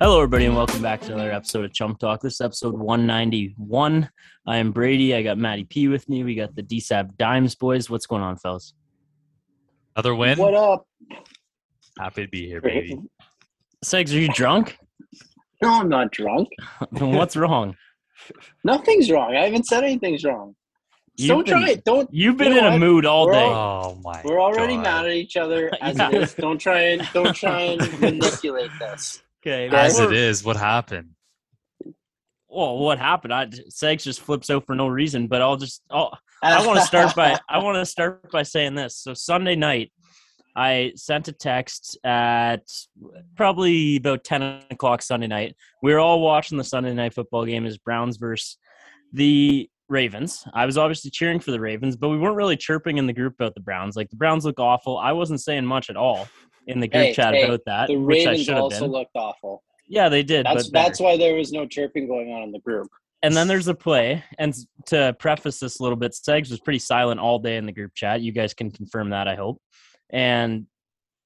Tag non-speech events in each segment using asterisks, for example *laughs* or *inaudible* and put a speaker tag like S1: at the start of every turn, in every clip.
S1: Hello, everybody, and welcome back to another episode of Chump Talk. This is episode 191. I am Brady. I got Matty P with me. We got the DSAB Dimes boys. What's going on, fellas?
S2: Another win.
S3: What up?
S2: Happy to be here, baby.
S1: Segs, are you drunk? *laughs*
S3: No, I'm not drunk.
S1: Then What's wrong?
S3: Nothing's wrong. I haven't said anything's wrong.
S1: You've
S3: don't
S1: been-
S3: try it. Don't.
S1: You've been
S3: You know
S1: in a
S3: what?
S1: mood all
S3: We're
S1: day.
S3: all-
S2: Oh my!
S3: We're already
S2: God.
S3: mad at
S1: *laughs*
S3: each other as it
S1: Yeah.
S3: is. Don't try and don't try
S1: *laughs*
S3: and manipulate this.
S1: Okay.
S2: As it
S1: before-
S2: is, what happened?
S1: Well, what happened? I Segs just flips out for no reason, but I'll just I'll, I
S3: *laughs*
S1: want to start by I want to start by saying this. So Sunday night, I sent a text at probably about ten o'clock Sunday night. We were all watching the Sunday night football game as Browns versus the Ravens. I was obviously cheering for the Ravens, but we weren't really chirping in the group about the Browns. Like the Browns look awful. I wasn't saying much at all in the group
S3: Hey,
S1: chat
S3: hey,
S1: about that,
S3: the
S1: which I
S3: Ravens
S1: should have
S3: also
S1: been.
S3: looked awful.
S1: Yeah, they did.
S3: That's
S1: but better.
S3: that's why there was no chirping going on in the group.
S1: And then there's a play. And s- to preface this a little bit, Segs was pretty silent all day in the group chat. You guys can confirm that, I hope. And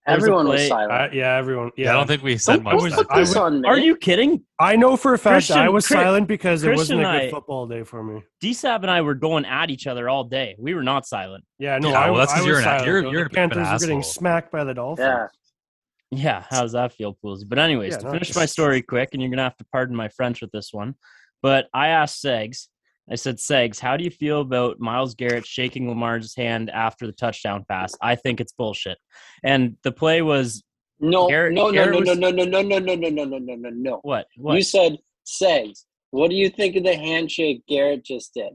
S1: There's a
S3: Everyone was
S1: play-
S3: silent.
S4: I, yeah, everyone. Yeah,
S2: I don't think we said
S3: don't
S2: much. Oh,
S3: put
S2: that
S4: I
S3: this
S2: day.
S3: on me.
S1: are you kidding?
S4: I know for a fact
S1: Christian-
S4: I was
S1: Chris-
S4: silent because it
S1: Christian
S4: wasn't a good
S1: I-
S4: football day for me.
S1: DSAB and I were going at each other all day. We were not silent.
S4: Yeah, no,
S2: Yeah,
S4: I,
S2: well, that's
S4: I
S2: 'cause
S4: was
S2: you're an-
S4: silent.
S2: you're-
S4: though.
S2: you're a
S4: the
S2: bit of an
S4: Panthers were getting
S2: asshole.
S4: smacked by the Dolphins.
S3: Yeah.
S1: Yeah, how's that feel, Poolsy? But anyways,
S4: Yeah,
S1: to
S4: no,
S1: finish
S4: it's-
S1: my story quick, and you're gonna have to pardon my French with this one. But I asked Segs, I said, Segs, how do you feel about Miles Garrett shaking Lamar's hand after the touchdown pass? I think it's bullshit. And the play was
S3: No,
S1: Garrett-
S3: no, no,
S1: Garrett
S3: no,
S1: was-
S3: no, no, no, no, no, no, no, no, no, no, no, no.
S1: what? What?
S3: You said Segs. What do you think of the handshake Garrett just did?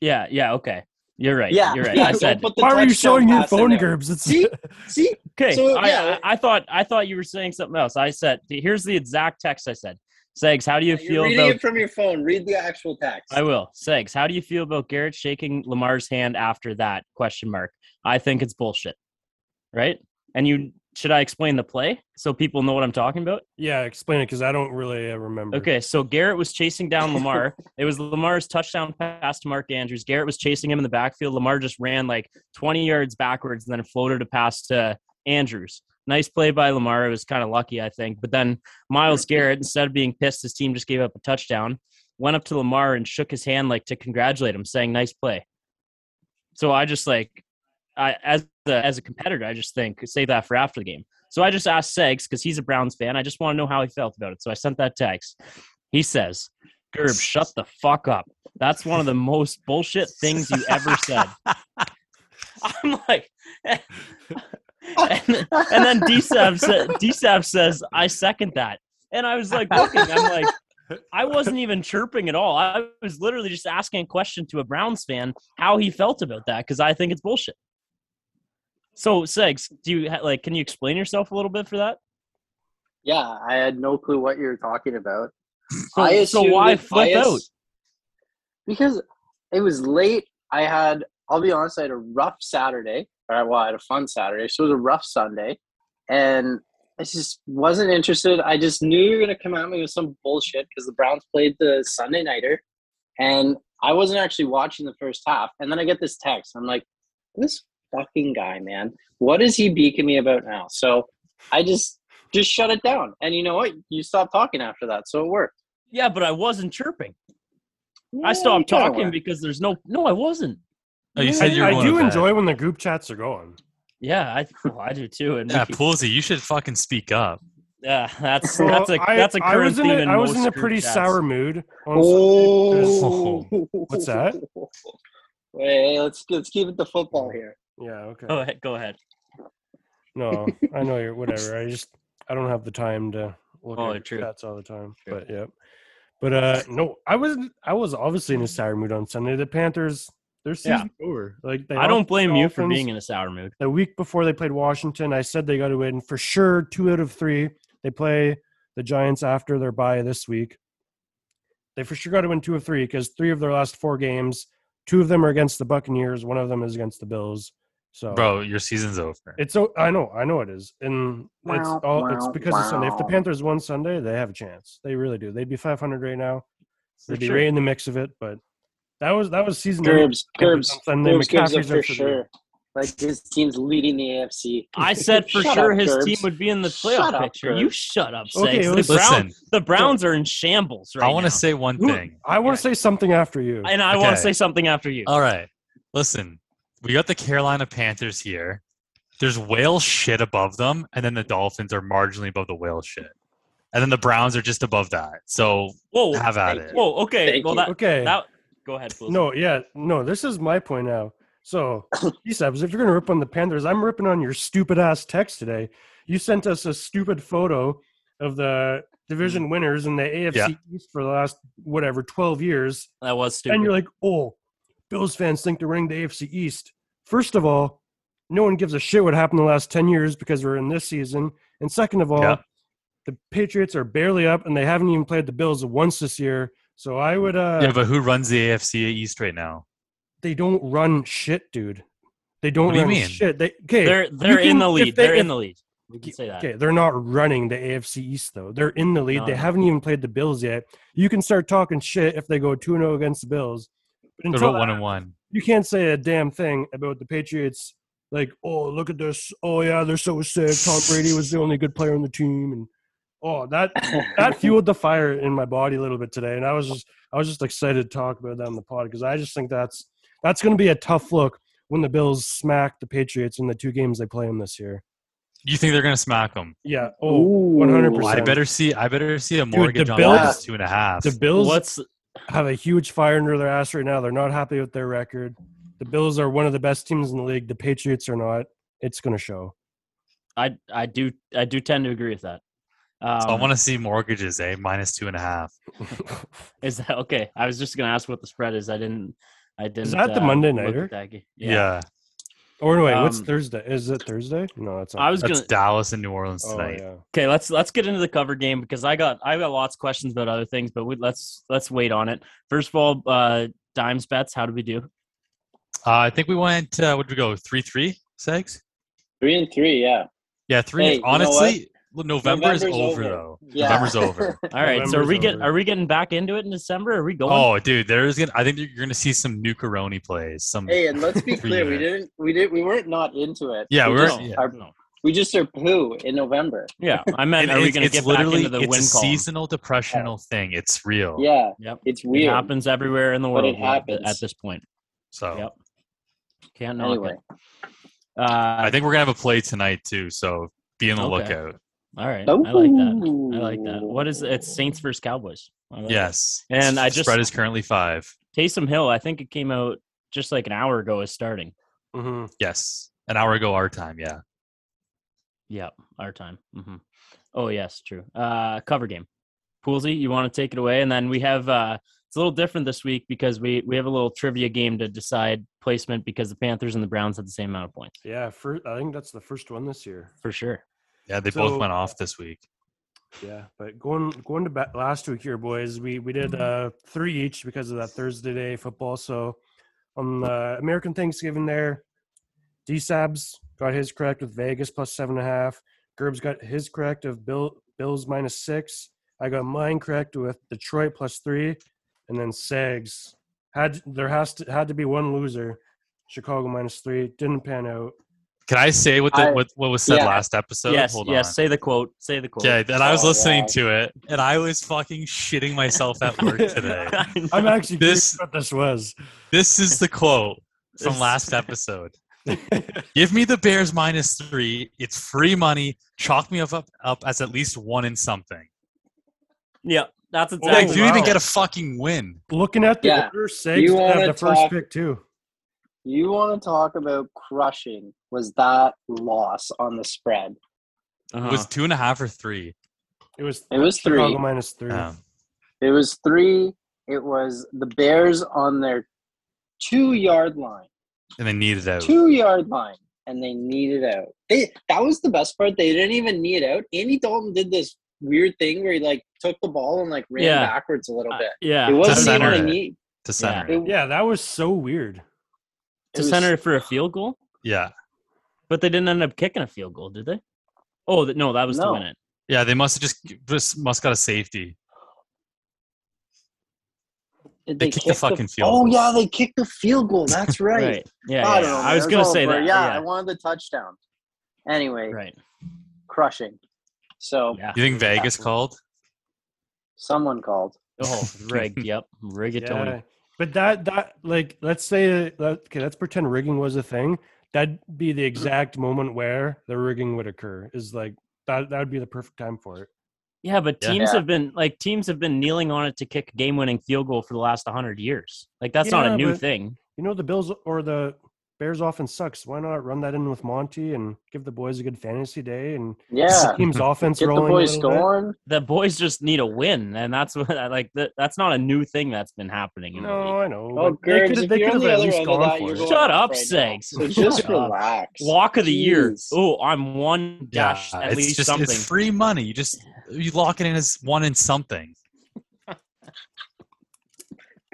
S1: Yeah, yeah, okay. You're right. you're right.
S3: yeah,
S1: I
S3: don't
S1: said
S3: put the
S4: Why are you
S3: touchdown
S4: showing your
S3: pass in
S4: phone,
S3: there.
S4: Gerbs?
S1: *laughs*
S4: It's
S3: See? See,
S1: okay.
S3: So,
S1: I,
S3: yeah.
S1: I, I thought I thought you were saying something else. I said here's the exact text I said. Segs, how do you
S3: you're
S1: feel
S3: reading
S1: about
S3: it from your phone. Read the actual text.
S1: I will. Segs, how do you feel about Garrett shaking Lamar's hand after that? Question mark. I think it's bullshit. Right? And you should I explain the play so people know what I'm talking about?
S4: yeah, explain it because I don't really uh, remember.
S1: Okay, so Garrett was chasing down Lamar. it was Lamar's touchdown pass to Mark Andrews. Garrett was chasing him in the backfield. Lamar just ran like 20 yards backwards and then floated a pass to Andrews. Nice play by Lamar. It was kind of lucky, I think. But then Miles Garrett, instead of being pissed, his team just gave up a touchdown, went up to Lamar and shook his hand like to congratulate him, saying, Nice play. So I just like I as a as a competitor, I just think save that for after the game. So I just asked Segs because he's a Browns fan. I just want to know how he felt about it. So I sent that text. He says, "Gerb, shut the fuck up. That's one of the most bullshit things you ever said." *laughs* I'm like, and, and
S3: *laughs*
S1: then DSAV sa- DSAV says, "I second that." And I was like looking. I'm like, I wasn't even chirping at all. I was literally just asking a question to a Browns fan how he felt about that because I think it's bullshit. So, Segs, do you ha- like? Can you explain yourself a little bit for that?
S3: Yeah, I had no clue what you were talking about.
S1: *laughs* So,
S3: I
S1: so
S3: assumed
S1: why
S3: it-
S1: flip
S3: I ass-
S1: out?
S3: Because it was late. I had, I'll be honest, I had a rough Saturday. Or, well, I had a fun Saturday. So it was a rough Sunday. And I just wasn't interested. I just knew you were going to come at me with some bullshit because the Browns played the Sunday Nighter. And I wasn't actually watching the first half. And then I get this text. I'm like, this fucking guy, man. What is he beaking me about now? So I just, just shut it down. And you know what? You stopped talking after that. So it worked.
S1: Yeah, but I wasn't chirping.
S3: Yeah,
S1: I stopped
S3: you kinda
S1: talking
S3: were.
S1: because there's no. No, I wasn't.
S2: Oh, you
S4: I,
S2: said you were
S4: I
S2: going
S4: do
S2: to bed.
S4: enjoy when the group chats are going.
S1: Yeah, I well, I do too. And
S2: Yeah,
S1: yeah,
S2: Poolsy, you should fucking speak up.
S1: *laughs* that's
S4: Well,
S1: that's a
S4: I-
S1: that's a
S4: I
S1: current
S4: was in
S1: theme
S4: a-
S1: in
S4: I was
S1: most
S4: in a
S1: group
S4: pretty
S1: chats.
S4: sour mood. on
S3: Oh,
S4: *laughs* What's that?
S3: *laughs* Wait, let's let's keep it to football here.
S4: Sunday. Yeah. Okay.
S1: Go ahead. Go ahead.
S4: No, I know you're whatever. I just I don't have the time to look
S1: Oh,
S4: at
S1: true.
S4: true. stats all the time.
S1: True.
S4: But yeah. But uh no, I was I was obviously in a sour mood on Sunday. The Panthers their
S1: Yeah.
S4: season's over. Like they
S1: I don't
S4: lost
S1: blame
S4: to
S1: you for
S4: Dolphins.
S1: being in a sour mood.
S4: the week before they played Washington, I said they got to win for sure, two out of three. They play the Giants after their bye this week. They for sure got to win two of three because three of their last four games, two of them are against the Buccaneers, one of them is against the Bills. So
S2: Bro, your season's over.
S4: it's so I know, I know it is, and it's
S3: Wow,
S4: all it's
S3: wow,
S4: because of Sunday. If the
S3: wow.
S4: Panthers won Sunday, they have a chance. They really do. They'd be 500 right now.
S1: For
S4: They'd be
S1: sure.
S4: right in the mix of it. But that was that was season.
S3: Curbs,
S4: ending.
S3: curbs,
S4: Sunday,
S3: curbs, curbs
S4: McCaffrey's
S3: for
S4: up for the-
S3: sure. Like his team's leading the AFC.
S1: I said for
S3: *laughs* Shut
S1: sure
S3: up,
S1: his
S3: Gerbs.
S1: team would be in the playoff
S3: Shut up,
S1: picture.
S3: Gerbs.
S1: you shut up, Segs.
S4: Okay,
S1: the,
S4: listen.
S1: Browns,
S2: Listen,
S1: the Browns are in shambles right
S2: I want
S1: now.
S2: to say one
S4: Who-
S2: thing.
S4: I want to say something after you.
S1: and I want to
S2: Okay.
S1: say something after you.
S2: All right. Listen, we got the Carolina Panthers here. There's whale shit above them, and then the Dolphins are marginally above the whale shit. And then the Browns are just above that. So
S1: whoa,
S2: have at
S3: thank
S2: it.
S1: whoa, okay.
S3: Thank
S1: well,
S3: you.
S1: that,
S4: okay.
S1: that go ahead. Fools.
S4: No, yeah, no. This is my point now.
S1: *coughs*
S4: So, Sebs, if you're gonna rip on the Panthers, I'm ripping on your stupid ass text today. You sent us a stupid photo of the division
S1: Mm.
S4: winners in the AFC East for the last whatever 12 years,
S1: that was stupid.
S4: and you're like, "Oh, Bills fans think they're winning the AFC East." First of all, no one gives a shit what happened the last 10 years because we're in this season, and second of all,
S2: Yeah.
S4: the Patriots are barely up, and they haven't even played the Bills once this year. So I would, uh,
S2: yeah, but who runs the AFC East right now?
S4: they don't run shit, dude. They don't
S2: What do you
S4: run
S2: mean?
S4: shit. They okay,
S1: they're they're
S4: can-
S1: in the
S4: if
S1: lead.
S4: they-
S1: They, are in
S4: if-
S1: the lead. We can say that.
S4: okay, they're not running the AFC East though. They're in the lead.
S1: No,
S4: they
S1: no.
S4: haven't even played the Bills yet. You can start talking shit if they go 2-0 against the Bills. But
S2: They're
S4: until
S2: about
S4: that-
S2: one and one.
S4: you can't say a damn thing about the Patriots. Like, oh, look at this. Oh yeah, they're so sick. Tom Brady was the only good player on the team, and oh, that
S3: *laughs*
S4: that fueled the fire in my body a little bit today, and I was just I was just excited to talk about that on the pod because I just think that's that's going to be a tough look when the Bills smack the Patriots in the two games they play them this year.
S2: You think they're gonna smack them?
S4: Yeah. Oh, 100%.
S2: I better see. I better see a
S4: the
S2: mortgage on
S4: Bills-
S2: Bills, two and a half.
S4: the Bills
S1: What's
S4: have a huge fire under their ass right now. They're not happy with their record. The Bills are one of the best teams in the league. The Patriots are not. It's going to show.
S1: I I do I do tend to agree with that. Um,
S2: So I want to see mortgages, eh? Minus two and a half.
S1: Is that okay? I was just gonna ask what the spread is. I didn't. I didn't. uh,
S4: that the Monday
S1: look at
S4: nighter?
S1: that game.
S2: Yeah,
S1: Yeah.
S4: Or no, wait, what's
S1: Um,
S4: Thursday? Is it Thursday? No, it's not.
S1: I was
S2: that's
S1: gonna.
S2: Dallas and New Orleans
S4: Oh,
S2: tonight.
S4: yeah.
S1: Okay, let's let's get into the cover game because I got I got lots of questions about other things, but we, let's let's wait on it. First of all, uh, dimes bets. How did we
S2: *laughs*
S1: do?
S2: Uh, I think we went. Uh, what did we go? Three three segs.
S3: three and three. Yeah.
S2: Yeah, three.
S3: Hey, you know
S2: honestly, November is
S3: November's
S2: over,
S3: over.
S2: though.
S3: Yeah.
S2: November's over.
S1: All right. so are
S4: November's
S1: we get
S4: over.
S1: are we getting back into it in December? Are we going?
S2: Oh, dude, there's gonna. I think you're gonna see some new Caroni plays. Some.
S3: Hey, and let's be
S2: For
S3: clear, we
S2: you.
S3: didn't, we did, we weren't not into it.
S2: Yeah,
S3: we
S2: we're-
S3: just,
S1: no,
S2: yeah.
S3: are,
S1: no.
S3: we just are poo in November.
S1: Yeah, I meant
S2: And
S1: are we
S2: it's-
S1: going to
S2: it's
S1: get back into the
S2: it's
S1: win
S2: a
S1: column?
S2: seasonal depressional thing. It's real.
S3: Yeah,
S1: Yep.
S3: it's
S1: It
S3: weird.
S1: happens everywhere in the
S3: But
S1: world
S3: it happens.
S1: at this point.
S2: So
S1: Yep. Can't knock
S3: Anyway,
S1: it. Uh,
S2: I think we're gonna have a play tonight too. So be on the
S1: Okay.
S2: lookout.
S1: all right. I like that. I like that.
S3: Ooh.
S1: What is it? It's Saints versus Cowboys. I like that.
S2: Yes.
S1: And I just-
S2: spread is currently five.
S1: Taysom Hill, I think it came out just like an hour ago, is starting.
S4: Mhm.
S2: Yes. An hour ago our time. Yeah.
S1: Yeah, our time. hmm Oh yes, true. Uh, cover game. Poolsy, you want to take it away, and then we have uh, it's a little different this week because we we have a little trivia game to decide placement because the Panthers and the Browns had the same amount of points
S4: Yeah, fir- I think that's the first one this year.
S1: for sure.
S2: Yeah. They
S4: So-
S2: both went off this week.
S4: Yeah, but going going to ba- last week here, boys, we we did uh, three each because of that Thursday day football. So on the American Thanksgiving there, D Sabs got his correct with Vegas plus seven and a half. Gerbs got his correct of Bill Bills minus six. I got mine correct with Detroit plus three, and then Sags had there has to had to be one loser. Chicago minus three didn't pan out.
S2: Can I say what the,
S3: I-
S2: what what was said
S3: yeah.
S2: last episode?
S1: yes,
S2: Hold
S1: yes.
S2: on.
S1: Say the quote. Say the quote.
S2: Yeah, and I was
S3: Oh,
S2: listening
S3: wow.
S2: to it, and I was fucking shitting myself at
S1: *laughs*
S2: work today.
S4: I'm actually
S2: This-
S4: curious what this was.
S2: this is the quote from
S1: This-
S2: last episode. Give me the Bears minus three. It's free money. Chalk me up up, up as at least one in something.
S1: yeah, that's
S4: Oh,
S1: exactly.
S2: like, you
S4: wow.
S2: even get a fucking win.
S4: Looking at the
S3: Yeah.
S4: order, Sags
S3: You
S4: had
S3: wanna
S4: the first
S3: talk-
S4: pick too.
S3: you want to talk about crushing? Was that loss on the spread?
S1: Uh-huh.
S2: It was two and a half or three. Um,
S4: It was
S3: It was three.
S4: Chicago minus three.
S2: Yeah.
S3: It was three. It was the Bears on their two yard line,
S2: and they needed out.
S3: two yard line, and they needed out. They, that was the best part. They didn't even need out. Andy Dalton did this weird thing where he like took the ball and like ran
S1: Yeah.
S3: backwards a little
S1: Uh,
S3: bit.
S1: yeah,
S3: it
S2: To
S3: wasn't
S2: center
S3: even a
S2: it.
S3: need.
S2: to center.
S3: It,
S2: Yeah.
S4: Yeah, that was so weird.
S3: it
S1: to
S3: was-
S1: center for a field goal,
S2: yeah.
S1: but they didn't end up kicking a field goal, did they? Oh th- no, that was to
S3: No.
S1: win it.
S2: they must have just, just must got a safety.
S3: Did
S2: They kicked the
S3: kick
S2: fucking field
S3: Oh
S2: goal.
S3: yeah, they kicked the field
S2: *laughs*
S3: goal. That's right.
S1: Right. Yeah.
S3: I
S1: yeah,
S3: don't know.
S1: yeah.
S3: man.
S1: I was
S3: It
S1: gonna say
S3: over.
S1: that.
S3: Yeah,
S1: Yeah.
S3: I wanted the touchdown. Anyway,
S1: Right.
S3: crushing. So
S1: Yeah.
S2: You think Vegas called?
S3: someone called.
S1: Oh,
S3: *laughs*
S1: rigged. Yep. Rigatoni.
S4: Yeah. But that that like let's say that okay, let's pretend rigging was a thing. That'd be the exact moment where the rigging would occur. Is like that that would be the perfect time for it.
S1: Yeah, but
S2: Yeah.
S1: teams
S3: Yeah.
S1: have been like teams have been kneeling on it to kick a game-winning field goal for the last 100 years. Like that's not
S4: Yeah,
S1: a new
S4: but-
S1: thing.
S4: You know the Bills or the Bears offense sucks. Why not run that in with Monty and give the boys a good fantasy day and
S1: *laughs*
S4: get
S3: Yeah.
S4: the team's offense
S3: Get the
S4: rolling? a
S3: boys
S4: little bit?
S3: scoring.
S1: The boys just need a win, and that's what *laughs* like that, that's not a new thing that's been happening. In the
S4: No,
S1: league.
S4: I know.
S3: Oh,
S4: but they
S3: Gerds,
S4: could
S3: if
S4: they
S3: you're
S4: could
S3: on
S4: have
S3: the
S4: at
S3: other
S4: least
S3: end of that,
S4: gone
S3: you're
S4: for
S3: going
S4: it.
S1: Shut up,
S3: right now.
S1: Segs. *laughs*
S3: So just
S1: Shut up.
S3: relax.
S1: Walk of the year.
S3: Jeez.
S1: Oh, I'm one dash
S2: Yeah,
S1: at
S2: it's
S1: least
S2: just
S1: something.
S2: it's free money. You just you lock it in as one in something.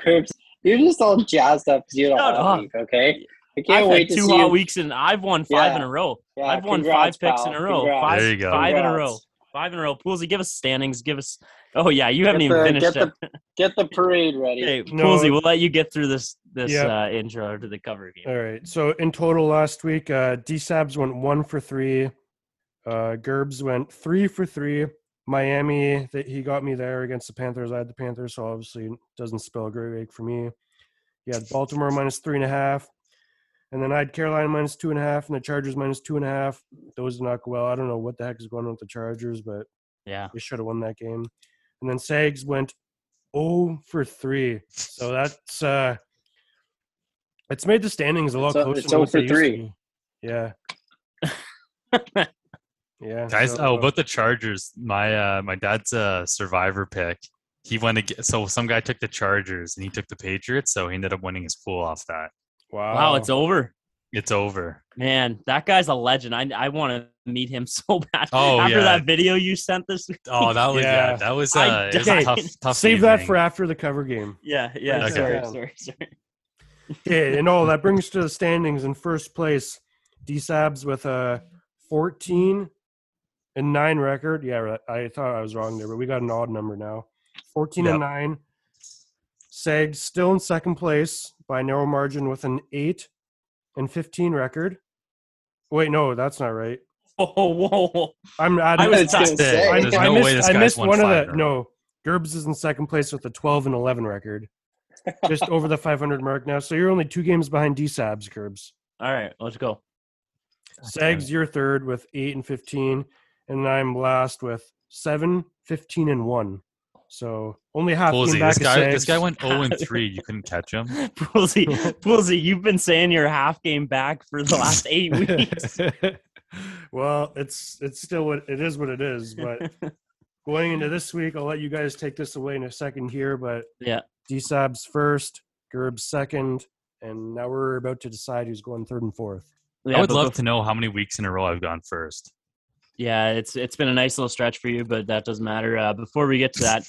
S3: Curbs, you're just all jazzed up because you had a
S1: Shut
S3: hot
S1: up.
S3: week, okay? I can't
S1: I've
S3: wait
S1: had
S3: to
S1: two
S3: see
S1: hot
S3: you.
S1: weeks and I've won five
S3: Yeah.
S1: in a row.
S3: Yeah,
S1: I've won
S3: congrats,
S1: five picks
S3: pal.
S1: in a row.
S3: Congrats.
S1: Five,
S2: There you go.
S1: five in a
S3: Congrats.
S1: row. Five in a row. Poolsy, give us standings. Give us. Oh yeah, you haven't
S3: Get
S1: even
S3: the-
S1: finished
S3: get
S1: it.
S3: Get the parade ready.
S1: Hey,
S3: *laughs*
S4: No.
S1: Poolsy, we'll let you get through this this
S4: Yeah.
S1: uh, intro to the cover game.
S4: All right. So in total last week, uh, D Sabs went one for three. Uh, Gerbs went three for three. Miami, that he got me there against the Panthers. I had the Panthers, so obviously doesn't spell a great week for me. He had Baltimore minus three and a half, and then I had Carolina minus two and a half, and the Chargers minus two and a half. Those did not go well. I don't know what the heck is going on with the Chargers, but
S1: Yeah.
S4: they should have won that game. And then Sags went 0 for 3. So that's uh it's made the standings a lot
S3: So
S4: closer.
S3: it's
S4: than
S3: 0
S4: what
S3: for
S4: they used to
S3: 3.
S4: be. Yeah.
S3: *laughs*
S4: yeah.
S2: Guys,
S4: so-
S2: oh, about the Chargers. My uh, my dad's a survivor pick. He went ag- so some guy took the Chargers and he took the Patriots, so he ended up winning his pool off that.
S4: wow.
S1: Wow, it's over.
S2: It's over.
S1: Man, that guy's a legend. I I want to meet him *laughs* so bad.
S2: Oh,
S1: After
S2: yeah.
S1: that video you sent this *laughs* week.
S2: Oh, that was yeah.
S4: Yeah.
S2: that was,
S1: I
S2: uh, it was a
S1: died.
S2: tough tough.
S4: Save that
S2: evening.
S4: for after the cover game.
S1: Yeah, yeah.
S2: Okay.
S1: Sorry, sorry, sorry. *laughs*
S4: Okay, and all that brings us to the standings in first place. D Sabs with a 14 and 9 record. Yeah, right, I thought I was wrong there, but we got an odd number now. 14 and 9. Sag still in second place by narrow margin with an 8 and 15 record. Wait, no, that's not right.
S1: Oh, whoa, whoa.
S4: I'm adding.
S3: I was gonna
S2: That's it.
S3: say,
S4: I-
S2: There's
S4: I
S2: no
S4: missed,
S2: way this
S4: I
S2: guy's
S4: missed
S2: won
S4: one of
S2: five
S4: the.
S2: in a row.
S4: No, Gerbs is in second place with a 12 and 11 record, just over the 500 mark now. So you're only two games behind D Sabs, Gerbs.
S1: All right, let's go. *laughs*
S4: Sags, you're third with eight and fifteen, and I'm last with seven, 15, and one. So only half
S2: Posey,
S4: game back.
S2: this
S4: of
S2: guy this
S4: Sags.
S2: guy went 0
S4: *laughs*
S2: and 3. You couldn't catch him. *laughs*
S1: Poolsy, Poolsy, you've been saying you're half game back for the last
S2: *laughs*
S1: eight weeks.
S4: well, it's it's still what it is. What it is, but going into this week, I'll let you guys take this away in a second here. But
S1: Yeah.
S4: DSABs first, Gerbs second, and now we're about to decide who's going third and fourth.
S1: Yeah,
S2: I would
S1: but
S2: love
S1: bef-
S2: to know how many weeks in a row I've gone first.
S1: Yeah, it's it's been a nice little stretch for you, but that doesn't matter. Uh, before we get to *laughs* that,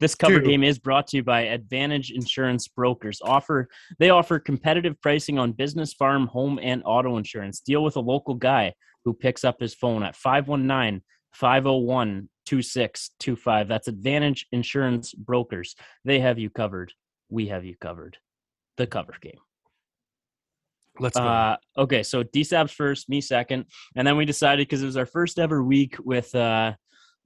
S1: this cover
S4: Two.
S1: game is brought to you by Advantage Insurance Brokers. Offer they offer competitive pricing on business, farm, home, and auto insurance. Deal with a local guy who picks up his phone at 519 501 2625. That's Advantage Insurance Brokers. They have you covered. We have you covered. The cover game.
S4: Let's go.
S1: Uh, okay, so DSABs first, me second, and then we decided because it was our first ever week with uh,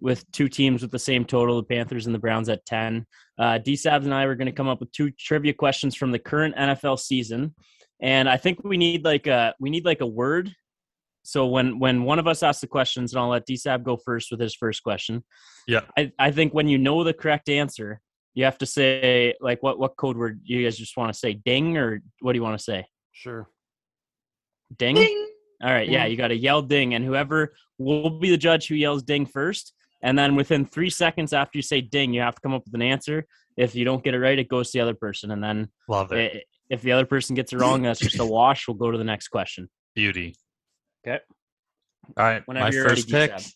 S1: with two teams with the same total, the Panthers and the Browns at ten. Uh, DSABs and I were going to come up with two trivia questions from the current NFL season, and I think we need like a we need like a word. So when when one of us asks the questions, and I'll let DSAB go first with his first question.
S2: Yeah.
S1: I, I think when you know the correct answer, you have to say like what what code word you guys just want to say ding or what do you want to say?
S4: sure.
S1: Ding? All right, yeah, you got to yell ding, and whoever will be the judge who yells ding first. And then within three seconds after you say ding, you have to come up with an answer. If you don't get it right, it goes to the other person. And then
S2: Love it.
S1: i- if the other person gets it wrong, that's just a wash. We'll go to the next question.
S2: Beauty.
S1: Okay.
S2: All right.
S1: Whenever
S2: my
S1: you're ready,
S2: first pick.
S1: D7.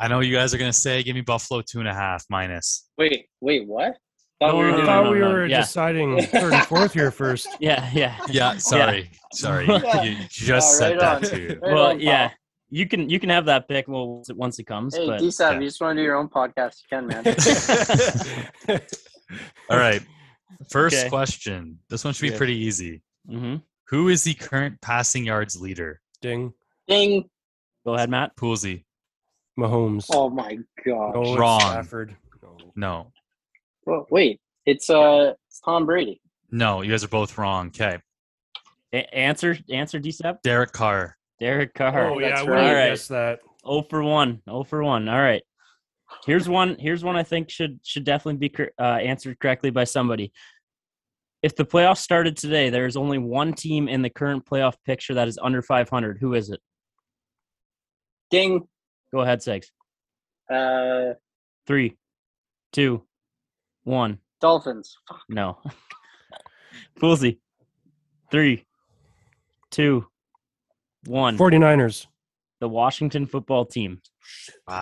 S2: I know you guys are gonna say, give me Buffalo two and a half
S3: *laughs*
S2: minus.
S3: Wait, wait, what?
S1: No,
S3: we
S1: no,
S3: were
S4: I
S3: doing-
S4: thought
S1: no,
S4: we
S1: no,
S4: were
S1: yeah.
S4: deciding third and fourth here first.
S1: Yeah,
S3: *laughs*
S1: yeah.
S2: Yeah, sorry. Sorry. You,
S3: Yeah.
S2: you just
S3: Yeah,
S2: said
S3: right
S2: that
S3: on.
S2: too.
S3: Right
S1: Well,
S3: on, pal.
S1: yeah. You can you can have that pick well once it comes.
S3: Hey,
S1: but
S3: D Sab,
S2: yeah.
S1: *laughs*
S3: *laughs* you just want to do your own podcast, you can, man.
S2: *laughs* All right. First
S1: Okay.
S2: question. This one should be
S4: Yeah.
S2: pretty easy.
S1: Mm-hmm.
S2: Who is the current passing yards leader?
S4: Ding.
S3: Ding.
S1: Go ahead, Matt.
S2: Poolsy.
S4: Mahomes.
S3: Oh my god.
S4: no, it's
S2: wrong.
S4: Stafford. No.
S2: No.
S3: Well, wait, it's uh, it's Tom Brady.
S2: No, you guys are both wrong. Okay.
S1: A- answer, answer, D7.
S2: Derek Carr.
S1: Derek Carr.
S4: Oh, yeah,
S3: That's
S4: I would have
S1: right.
S4: guessed that.
S1: Oh for one. Oh for one. All right. Here's one. Here's one I think should should definitely be cor- uh, answered correctly by somebody. If the playoffs started today, there is only one team in the current playoff picture that is under 500. Who is it?
S3: Ding.
S1: Go ahead, Segs.
S3: Uh,
S1: Three, two, one.
S3: Dolphins.
S1: No. *laughs* Foolsy. Three, two, one.
S4: 49ers.
S1: The Washington football team.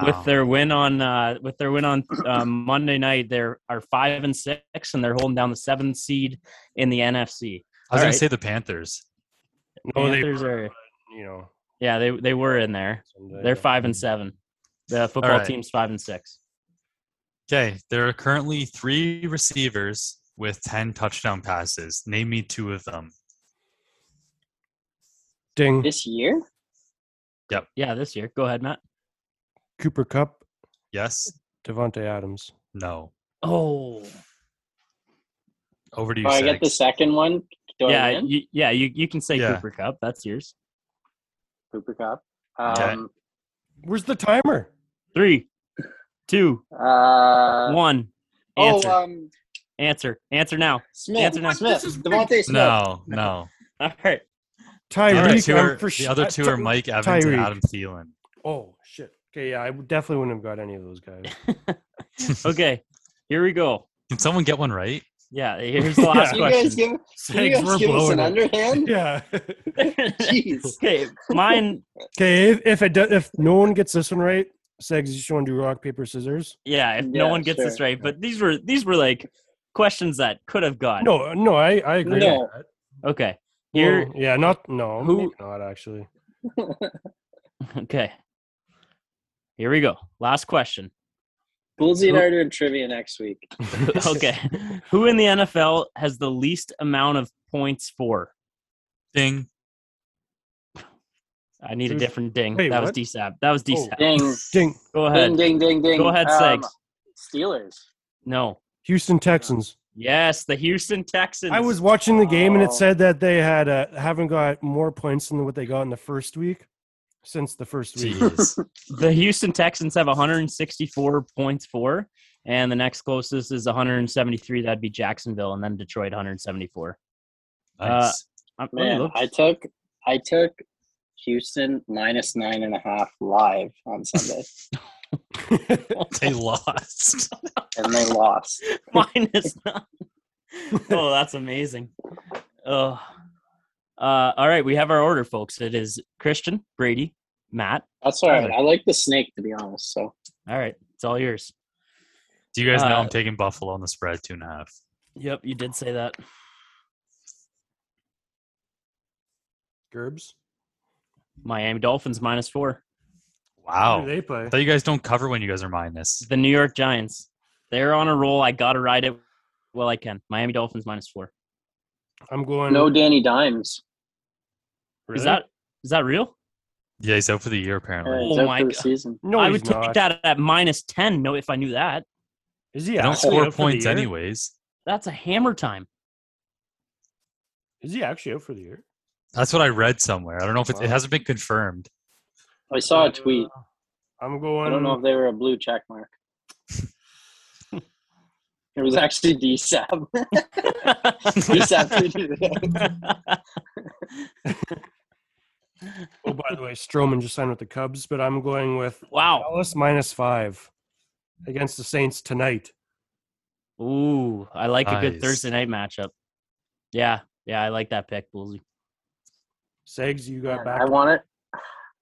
S1: with their win on uh, with their win on um, Monday night, they are five and six, and they're holding down the seventh seed in the NFC.
S2: I was going
S1: Alright.
S2: to say the Panthers.
S4: No,
S3: Oh,
S4: they
S1: Panthers
S4: were,
S1: are-
S4: You know,
S1: Yeah, they they were in there.
S4: someday.
S1: They're five and seven. The football
S2: Alright.
S1: team's five and six.
S2: Okay. There are currently three receivers with 10 touchdown passes. Name me two of them.
S1: Hmm.
S4: Ding.
S3: This year?
S1: Yeah, this year. Go ahead, Matt.
S4: Cooper Cup.
S2: Yes?
S4: Devontae Adams.
S2: No.
S1: Oh,
S2: Over to you.
S3: Oh, I get the
S2: Segs.
S3: second one. Do I
S1: yeah,
S3: win?
S1: you, yeah. You you can say
S2: Yeah.
S1: Cooper Cup. That's yours.
S3: Cooper Cup.
S2: Okay.
S3: Um,
S4: Where's the timer?
S1: Three, two,
S3: uh,
S1: one.
S3: oh,
S1: Answer.
S3: um,
S1: answer. Answer now.
S3: Smith.
S1: Answer now.
S3: What? Smith.
S4: This is
S3: Devontae Smith.
S2: No, no.
S1: All right.
S2: The
S4: Tyreek.
S2: other, two
S4: I'm
S2: are,
S4: for
S2: the
S4: sh-
S2: other
S4: I-
S2: two
S4: Ty- *laughs*
S2: are Mike Evans
S4: Tyreek.
S2: and Adam Thielen.
S4: Oh shit. Okay, yeah, I definitely wouldn't have got any of those guys. *laughs*
S1: Okay. Here we go.
S2: Can someone get one right?
S1: Yeah. Here's the last
S3: Can you
S1: question.
S3: guys give, can you
S4: Segs,
S3: guys give us an
S4: it.
S1: *laughs*
S3: underhand?
S4: *laughs* Yeah.
S3: *laughs* Jeez.
S1: okay, mine.
S4: Okay, if, if it do, if no one gets this one right, Segs, you just want to do rock paper scissors?
S1: Yeah, if no
S3: Yeah,
S1: one gets this
S3: sure.
S1: right, but these were these were like questions that could have gone.
S4: No, uh, no, I I agree. with
S3: No.
S4: that.
S1: Okay, here.
S4: Well, yeah, not no,
S1: Who-
S4: maybe not actually.
S1: *laughs* Okay. Here we go. Last
S4: *laughs*
S1: question.
S3: Bullseye and I are doing trivia next
S1: *laughs*
S3: week.
S1: Okay, who in the NFL has the least amount of points for?
S2: Ding.
S1: I need a
S4: Who's-
S1: different ding.
S4: Wait,
S1: that was
S4: what?
S1: DSAP. That was DSAP.
S3: Ding,
S4: Ding.
S1: Go
S3: ding,
S1: ahead.
S3: Oh. ding, ding, ding.
S1: Go ahead,
S3: Um,
S1: Segs.
S3: Steelers.
S1: No.
S4: Houston Texans.
S1: Yes, the Houston Texans.
S4: I was watching the game and
S3: Oh.
S4: it said that they had uh, haven't got more points than what they got in the first week since the first week. *laughs*
S2: Jeez.
S1: the Houston Texans have 164 points for, and the next closest is 173. That'd be Jacksonville, and then Detroit 174.
S4: Uh,
S2: nice. *laughs*
S1: I'm let me
S3: Man,
S1: Oh, look. *laughs*
S3: I took I took Houston minus nine and a half live on Sunday,
S2: they lost.
S3: and they lost. *laughs*
S1: minus nine. oh, that's amazing. Oh, uh, all right. We have our order, folks. It is Christian, Brady, Matt.
S3: That's all right. I like the snake to be honest. So
S1: All right, it's all yours.
S2: Do you guys know
S1: Uh,
S2: I'm taking Buffalo on the spread two and a half?
S1: Yep, you did say that.
S4: Gerbs.
S1: Miami Dolphins minus four.
S4: Who
S2: Wow.
S4: do they play?
S2: I thought you guys don't cover when you guys are minus.
S1: The New York Giants. They're on a roll. I gotta ride it while I can. Miami Dolphins minus four.
S4: I'm going
S3: no Danny Dimes.
S1: Is
S4: Really?
S1: that is that real?
S2: Yeah, he's out for the year
S3: Uh,
S2: apparently.
S3: he's
S1: Oh
S3: out
S1: my
S3: for the
S1: God.
S3: season.
S4: No,
S1: I
S4: he's
S1: would
S4: not.
S1: take that at minus ten. No, if I knew that,
S4: Is he
S2: They don't
S4: actually out
S2: score
S4: for the
S2: points
S4: year?
S2: anyways.
S1: that's a hammer time. *laughs*
S4: Is he actually out for the year?
S2: That's what I read somewhere. I don't know if it's, it
S4: Wow.
S2: hasn't been confirmed.
S3: I saw a tweet.
S4: Uh, I'm
S3: I
S4: going.
S3: don't know if they were a blue check
S1: *laughs*
S3: mark. It was actually *laughs* DSAP. DSAP tweeted it.
S4: Oh, by the way, Stroman just signed with the Cubs, but I'm going with
S3: Oh.
S1: wow.
S4: Dallas minus five against the Saints tonight.
S1: Ooh, I like a good
S2: Nice.
S1: Thursday night matchup. Yeah, yeah, I like that pick, Bullsey.
S4: Segs, you got back.
S3: I want it.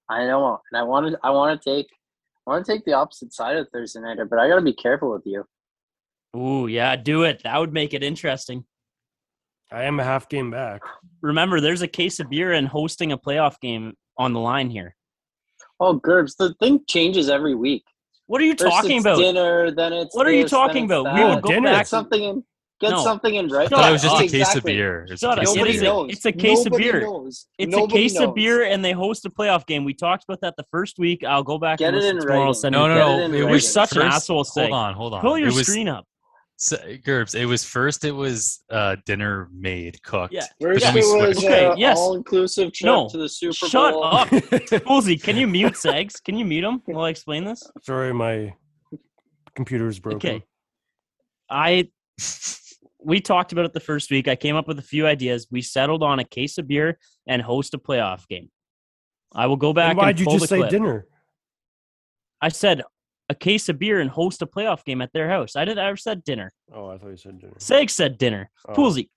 S3: I know, and I wanted. I want to take. I want to take the opposite side of Thursday nighter, but I got to be careful with you.
S1: Ooh, yeah, do it. That would make it interesting.
S4: I am a half
S1: *laughs*
S4: game back.
S1: Remember, there's a case of beer and hosting a playoff game on the line here.
S3: Oh, Gerbs, the thing changes every week.
S1: What are you
S3: First
S1: talking
S3: it's
S1: about?
S3: dinner, then it's
S1: What are you
S3: this, then
S1: talking
S3: it's
S1: about?
S3: that.
S1: We will go
S4: Dinner.
S1: back.
S3: It's something in Get
S1: No.
S3: something in right. Oh,
S1: No,
S2: thought
S1: Shut
S2: it was just
S1: up.
S2: a case of
S3: Exactly.
S2: beer. It was
S1: Shut
S2: a
S1: up.
S2: case of
S1: It
S3: Nobody
S1: is
S2: beer.
S1: a-
S3: knows.
S1: it's a case of
S3: Nobody
S1: beer.
S3: Knows.
S1: It's
S3: Nobody
S1: a case
S3: knows.
S1: of beer, and they host a playoff game. We talked about that the first week. I'll go back
S3: Get
S1: and
S3: it
S1: listen
S3: in
S1: tomorrow. I'll
S3: writing.
S1: send
S2: No,
S1: it
S2: no,
S1: back.
S2: no.
S3: Get it in
S2: it
S1: You're
S2: was
S1: such an
S2: first-
S1: asshole. Say,
S2: Hold on, hold on.
S1: pull your
S2: it was,
S1: screen up.
S2: so- Gerbs, it was first. It was uh, dinner made, cooked.
S1: Yeah.
S3: First,
S1: then
S3: it
S1: we
S3: was
S1: switched. Okay,
S3: uh,
S1: yes.
S3: all-inclusive trip
S1: No.
S3: to the Super
S1: Shut
S3: Bowl.
S1: up, Woolsey. Can you mute Segs? Can you mute him? Will I explain this?
S4: Sorry, my computer's broken.
S1: Okay. I *laughs* we talked about it the first week. I came up with a few ideas. We settled on a case of beer and host a playoff game. I will go back.
S4: Then
S1: And
S4: why'd you
S1: pull
S4: just
S1: the
S4: say
S1: clip.
S4: dinner?
S1: I said a case of beer and host a playoff game at their house. I didn't ever said dinner.
S4: Oh, I thought you said dinner.
S1: Seg said dinner.
S4: Oh.
S1: Poolsy.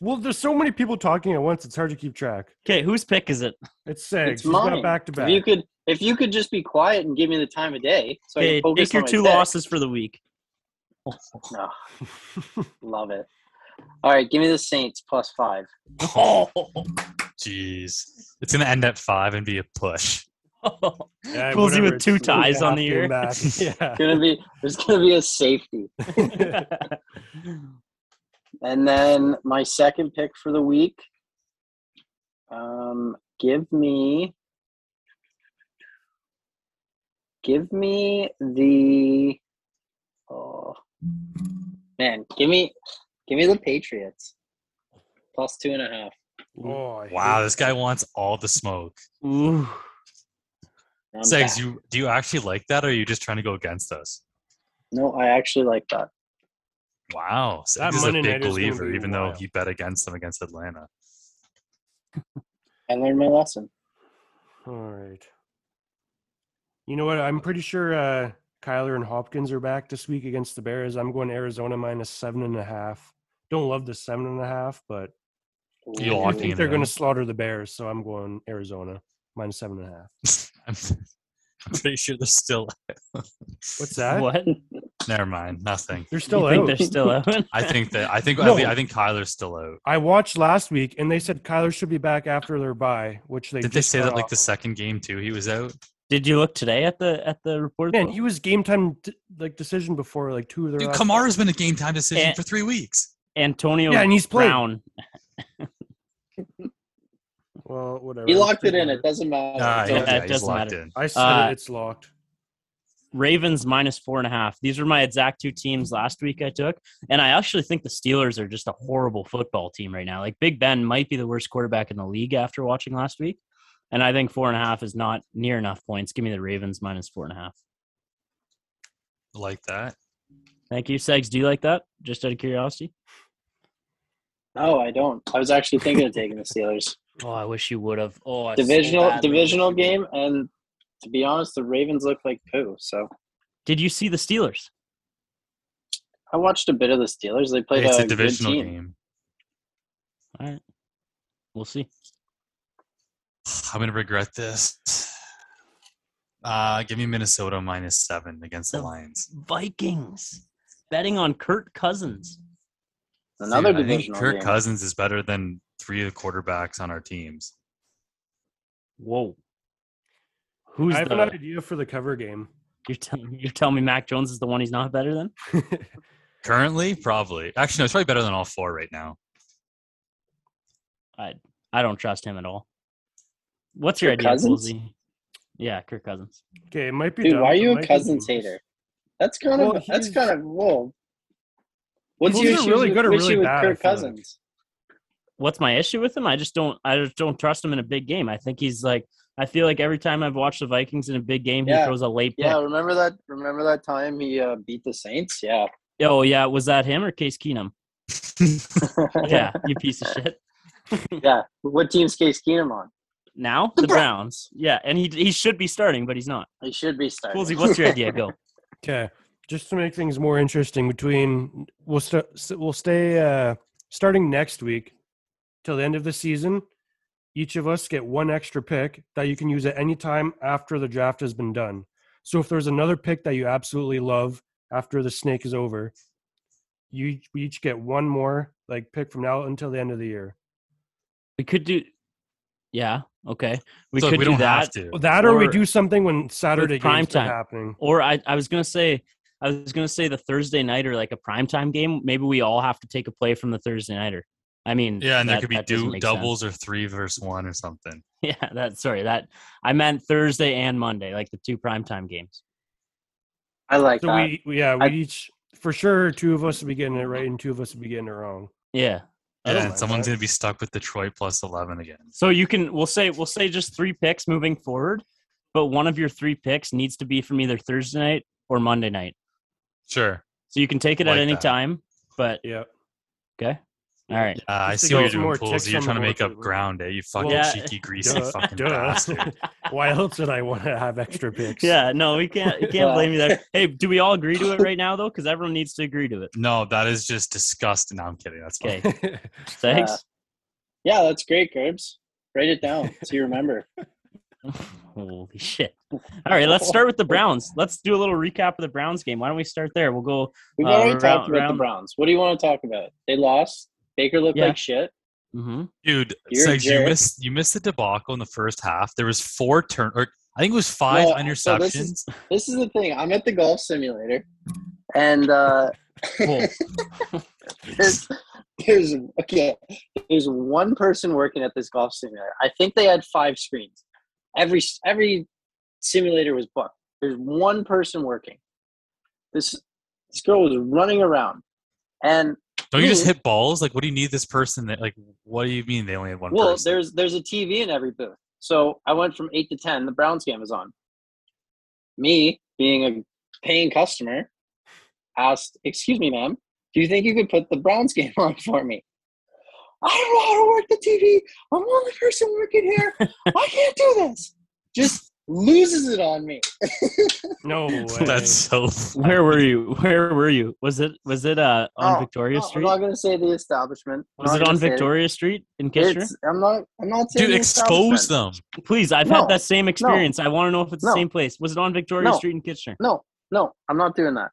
S4: Well, there's so many people talking at once. It's hard to keep track.
S1: Okay, whose pick is it?
S4: It's Segs.
S3: It's
S4: He's got
S3: mine.
S4: back to
S3: If you
S4: back.
S3: could, if you could just be quiet and give me the time of day, so I
S1: Okay,
S3: can focus
S1: take your
S3: on my
S1: two
S3: pick.
S1: losses for the
S3: *laughs*
S1: week. *laughs*
S3: Ah, love it. All right, give me the Saints plus five.
S2: Oh, *laughs* jeez. It's gonna end at five and be a push.
S4: Yeah,
S1: Pulls you
S4: whatever,
S1: with two
S4: it's like a
S1: ties on the year. *laughs*
S4: half game back.
S3: Gonna be there's gonna be a safety,
S4: yeah.
S3: and then my second pick for the week. Um, give me, give me the, oh man, give me, give me the Patriots plus two and a half.
S4: oh, I
S2: Wow,
S4: hate-
S2: this guy wants all the smoke.
S1: Ooh.
S3: I'm
S2: Segs,
S3: back.
S2: you do you actually like that, or are you just trying to go against us?
S3: No, I actually like that.
S2: Wow,
S4: That
S2: Segs is a
S4: Monday
S2: big
S4: nighter's gonna
S2: believer,
S4: be
S2: even though
S4: wild.
S2: he bet against them against Atlanta. *laughs*
S3: I learned my lesson.
S4: All right. You know what? I'm pretty sure uh, Kyler and Hopkins are back this week against the Bears. I'm going Arizona minus seven and a half. Don't love the seven and a half, but
S2: You
S4: I
S2: locked
S4: think
S2: in
S4: they're going
S2: then.
S4: to slaughter the Bears, so I'm going Arizona minus seven and a half.
S2: I'm, I'm pretty sure they're still. *laughs*
S4: What's that?
S1: What?
S2: Never mind, nothing.
S4: They're still
S1: you think
S4: out.
S1: they're still
S4: *laughs*
S1: out?
S2: I think that I think
S4: No.
S2: I, think, I think Kyler's still out.
S4: I watched last week, and they said Kyler should be back after their bye, which they
S2: Did they
S4: just
S2: say
S4: got
S2: that like
S4: off
S2: the
S4: of.
S2: second game too? He was out.
S1: Did you look today at the at the report?
S4: Man, he was game time d- like decision before like two of their.
S2: Dude,
S4: last-
S2: Kamara's been a game time decision
S1: And-
S2: for three weeks.
S1: Antonio
S4: Yeah, and he's playing.
S1: Brown.
S4: Well, whatever.
S3: He
S4: I'm
S3: locked it
S4: taking
S3: in. Oh, It doesn't matter.
S2: Ah,
S3: It's
S2: yeah,
S3: over.
S1: yeah, it
S2: he's
S1: doesn't
S2: locked
S1: matter.
S2: in.
S4: I said
S1: Uh,
S4: it, it's locked.
S1: Ravens minus four and a half. These were my exact two teams last week I took. And I actually think the Steelers are just a horrible football team right now. Like Big Ben might be the worst quarterback in the league after watching last week. And I think four and a half is not near enough points. Give me the Ravens minus four and a half.
S2: Like that.
S1: Thank you, Segs. Do you like that? Just out of curiosity.
S3: No, Oh, I don't. I was actually thinking of taking the Steelers.
S1: Oh, I wish you would have. Oh, I so
S3: divisional
S1: badly-
S3: divisional game, and to be honest, the Ravens look like poo. So
S1: Did you see the Steelers?
S3: I watched a bit of the Steelers. They played
S1: uh,
S2: it's
S3: a,
S2: a divisional
S3: good team.
S2: game.
S1: We'll see.
S2: I'm gonna regret this. Uh, give me Minnesota minus seven against the
S1: No.
S2: Lions.
S1: Vikings betting on Kurt Cousins.
S3: Another
S2: Dude, I think
S3: divisional
S2: Kirk
S3: game.
S2: Cousins is better than three of the quarterbacks on our teams.
S1: Whoa. Who's
S4: I have
S1: the?
S4: an idea for the cover *laughs* game.
S1: You're telling *laughs* you're telling me Mac Jones is the one he's not better than?
S2: Currently, probably. Actually, no, it's probably better than all four right now.
S1: I don't trust him at all. What's your
S3: Kirk
S1: idea,
S3: Cousins?
S1: Cousins? Yeah, Kirk Cousins.
S4: Okay, it might be.
S3: Dude,
S4: dumb,
S3: why are
S4: it
S3: you
S4: might
S3: a
S4: be
S3: Cousins
S4: dangerous.
S3: hater? That's kind
S4: Well,
S3: of that's
S4: he's-
S3: kind of whoa. What's
S4: Well,
S3: your
S4: he's
S3: issue
S4: really
S3: with,
S4: good or
S3: issue
S4: really
S3: with
S4: bad, I
S3: Kirk
S4: feel like.
S3: Cousins?
S1: What's my issue with him? I just don't I just don't trust him in a big game. I think he's like I feel like every time I've watched the Vikings in a big game, he
S3: Yeah.
S1: throws a late pick.
S3: Yeah, remember that? Remember that time he uh, beat the Saints? Yeah.
S1: Oh yeah, was that him or Case
S3: *laughs*
S1: Keenum? Yeah, you piece of shit.
S3: yeah. What team's Case Keenum on?
S1: Now
S3: *laughs*
S1: the, Browns. Yeah, and he he should be starting, but he's not.
S3: He should be starting.
S1: Woolsey,
S3: *laughs*
S1: what's your idea? Go.
S4: Okay, just to make things more interesting, between we'll st- s- we'll stay uh, starting next week till the end of the season. Each of us get one extra pick that you can use at any time after the draft has been done. So if there's another pick that you absolutely love after the snake is over, you each- we each get one more like pick from now until the end of the year.
S1: We could do. Yeah. Okay. We
S2: So
S1: could
S2: we
S1: do
S2: don't
S1: that.
S2: have to.
S4: That or, we
S1: Or-
S4: do something when Saturday
S1: prime
S4: games are
S1: time.
S4: happening.
S1: Or I, I was gonna say I was gonna say the Thursday nighter, like a primetime game. Maybe we all have to take a play from the Thursday nighter. I mean,
S2: Yeah, and
S1: that-
S2: there could be
S1: that doesn't
S2: do
S1: make sense.
S2: doubles or three versus one or something.
S1: *laughs* Yeah, that sorry, that I meant Thursday and Monday, like the two primetime games.
S3: I like
S4: So
S3: that.
S4: we, we- yeah, we
S3: I-
S4: each for sure two of us will be getting it right and two of us will be getting it wrong.
S1: Yeah.
S4: I don't
S2: Yeah, and
S4: mind
S2: someone's
S4: that.
S2: gonna be stuck with Detroit plus eleven again.
S1: So you can we'll say we'll say just three picks moving forward, but one of your three picks needs to be from either Thursday night or Monday night.
S2: Sure.
S1: So you can take it at
S2: Like
S1: any
S2: that.
S1: time, but
S4: Yeah.
S1: all right.
S2: Uh, I
S4: Just to
S2: see what
S4: get
S2: you're
S4: some
S2: doing,
S4: more
S2: Pools.
S4: ticks
S2: You're
S4: on
S2: trying to
S4: the
S2: make up
S4: board.
S2: ground, eh? You fucking
S1: Yeah.
S2: cheeky,
S3: *laughs*
S2: greasy
S4: Duh,
S2: fucking
S4: duh.
S2: bastard.
S4: *laughs* Why else did I want to have extra picks?
S1: Yeah, no, we can't. You
S2: *laughs*
S1: can't blame me there. Hey, do we all agree to it right now though? Because everyone needs to agree to it.
S2: No, that is just disgusting. No, I'm kidding. That's fine.
S1: Okay, thanks.
S3: yeah, that's great, Curbs. Write it down so you remember.
S1: *laughs* Holy
S3: *laughs*
S1: shit! All right, let's start with the Browns. Let's do a little recap of the Browns game. Why don't we start there? We'll go.
S3: We've
S1: Uh,
S3: already
S1: round-
S3: talked about the
S1: round-
S3: Browns. What do you want to talk about? They lost. Baker looked
S1: Yeah.
S3: like shit.
S1: hmm
S2: *laughs*
S3: Mm-hmm.
S2: Dude,
S3: You're a
S2: Segs, you
S3: jerk.
S2: missed you missed the debacle in the first half. There was four turn or I think it was five
S3: No, so this
S2: interceptions.
S3: is- *laughs* This is the thing. I'm at the golf simulator, and uh, there's there's okay, there's one person working at this golf simulator. I think they had five screens. Every every simulator was booked. There's one person working. This this girl was running around, and
S2: *laughs* Don't you just
S3: Mhm.
S2: hit balls? Like what do you need this person that like what do you mean they only had one
S3: well,
S2: person?
S3: there's there's a TV in every booth. So I went from eight to ten. The Browns game was on. Me being a paying customer asked, "Excuse me, ma'am, do you think you could put the Browns *laughs* game on for me?" I don't know how to work the TV. I'm the only person working
S1: *laughs*
S3: here. I can't do this. Just loses it on me.
S4: No way.
S2: *laughs* That's
S3: *laughs*
S2: so funny.
S1: Where were you? *laughs* Where were you? Was it was it uh on
S3: Oh,
S1: Victoria
S3: No, I'm
S1: Street?
S3: not going to say the establishment. I'm
S1: was
S3: not
S1: it
S3: gonna
S1: on
S3: say it.
S1: Victoria Street in Kitchener?
S3: It's, I'm not. I'm not saying
S2: Dude,
S3: the
S2: expose
S3: establishment.
S2: them.
S1: Please, I've
S3: No,
S1: had that same experience. I want to know if it's the
S3: no.
S1: same place. Was it on Victoria
S3: No.
S1: Street in Kitchener?
S3: No, no, I'm not doing that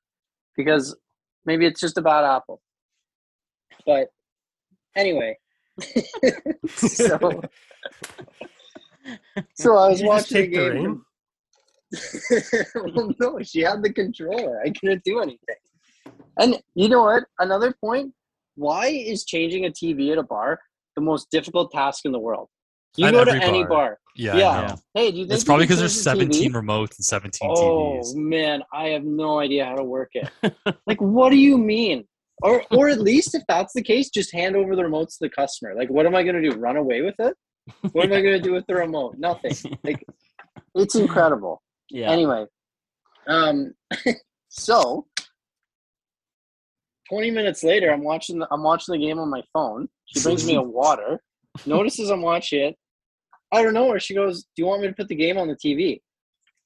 S3: because maybe it's just a bad apple. But anyway, *laughs* so so I was
S4: You just
S3: watching the
S4: take the
S3: game. from- *laughs* well, no, she had the controller. I couldn't do anything. And you know what? Another point. Why is changing a TV at a bar the most difficult task in the world? You
S2: At
S3: go to
S2: every
S3: any
S2: bar.
S3: bar.
S2: Yeah,
S3: Yeah.
S2: I know.
S3: Hey, do you think
S2: It's
S3: you
S2: probably
S3: can
S2: because there's
S3: change the TV?
S2: 17 remotes and 17
S3: Oh
S2: TVs.
S3: man, I have no idea how to work it. like, what do you mean? Or, or at least if that's the case, just hand over the remote to the customer. Like, what am I going to do? Run away with it? What am I going to do with the remote? Nothing. Like, it's incredible.
S1: Yeah.
S3: Anyway, um, *laughs* so twenty minutes later, I'm watching the I'm watching the game on my phone. She brings me a water. Notices I'm watching it. I don't know where she goes. Do you want me to put the game on the TV?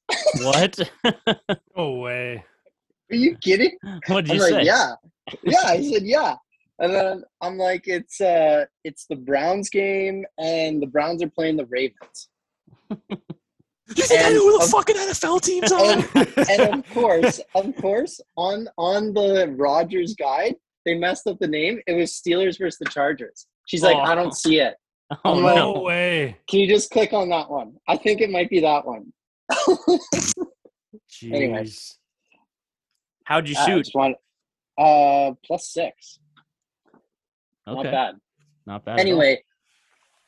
S1: *laughs* What? *laughs*
S4: no way.
S3: Are you kidding?
S1: what did
S3: I'm
S1: you
S3: like,
S1: say? *laughs*
S3: yeah, yeah. I said, yeah. And then I'm like, it's uh, it's the Browns game, and the Browns are playing the Ravens.
S2: You think I
S3: And
S2: know who the
S3: of-
S2: fucking NFL teams are?
S3: And,
S1: Oh,
S3: and of course, of course, on on the Rogers guide, they messed up the name. It was Steelers versus the Chargers. She's like, I don't see it.
S1: *laughs* Oh,
S3: I'm
S4: no
S3: like,
S1: no.
S4: way.
S3: Can you just click on that one? I think it might be that one.
S4: Jeez.
S3: Anyway.
S1: How'd you
S3: I
S1: shoot?
S3: just want- uh, plus six. Not
S1: Okay.
S3: bad.
S1: Not bad. at all.
S3: Anyway,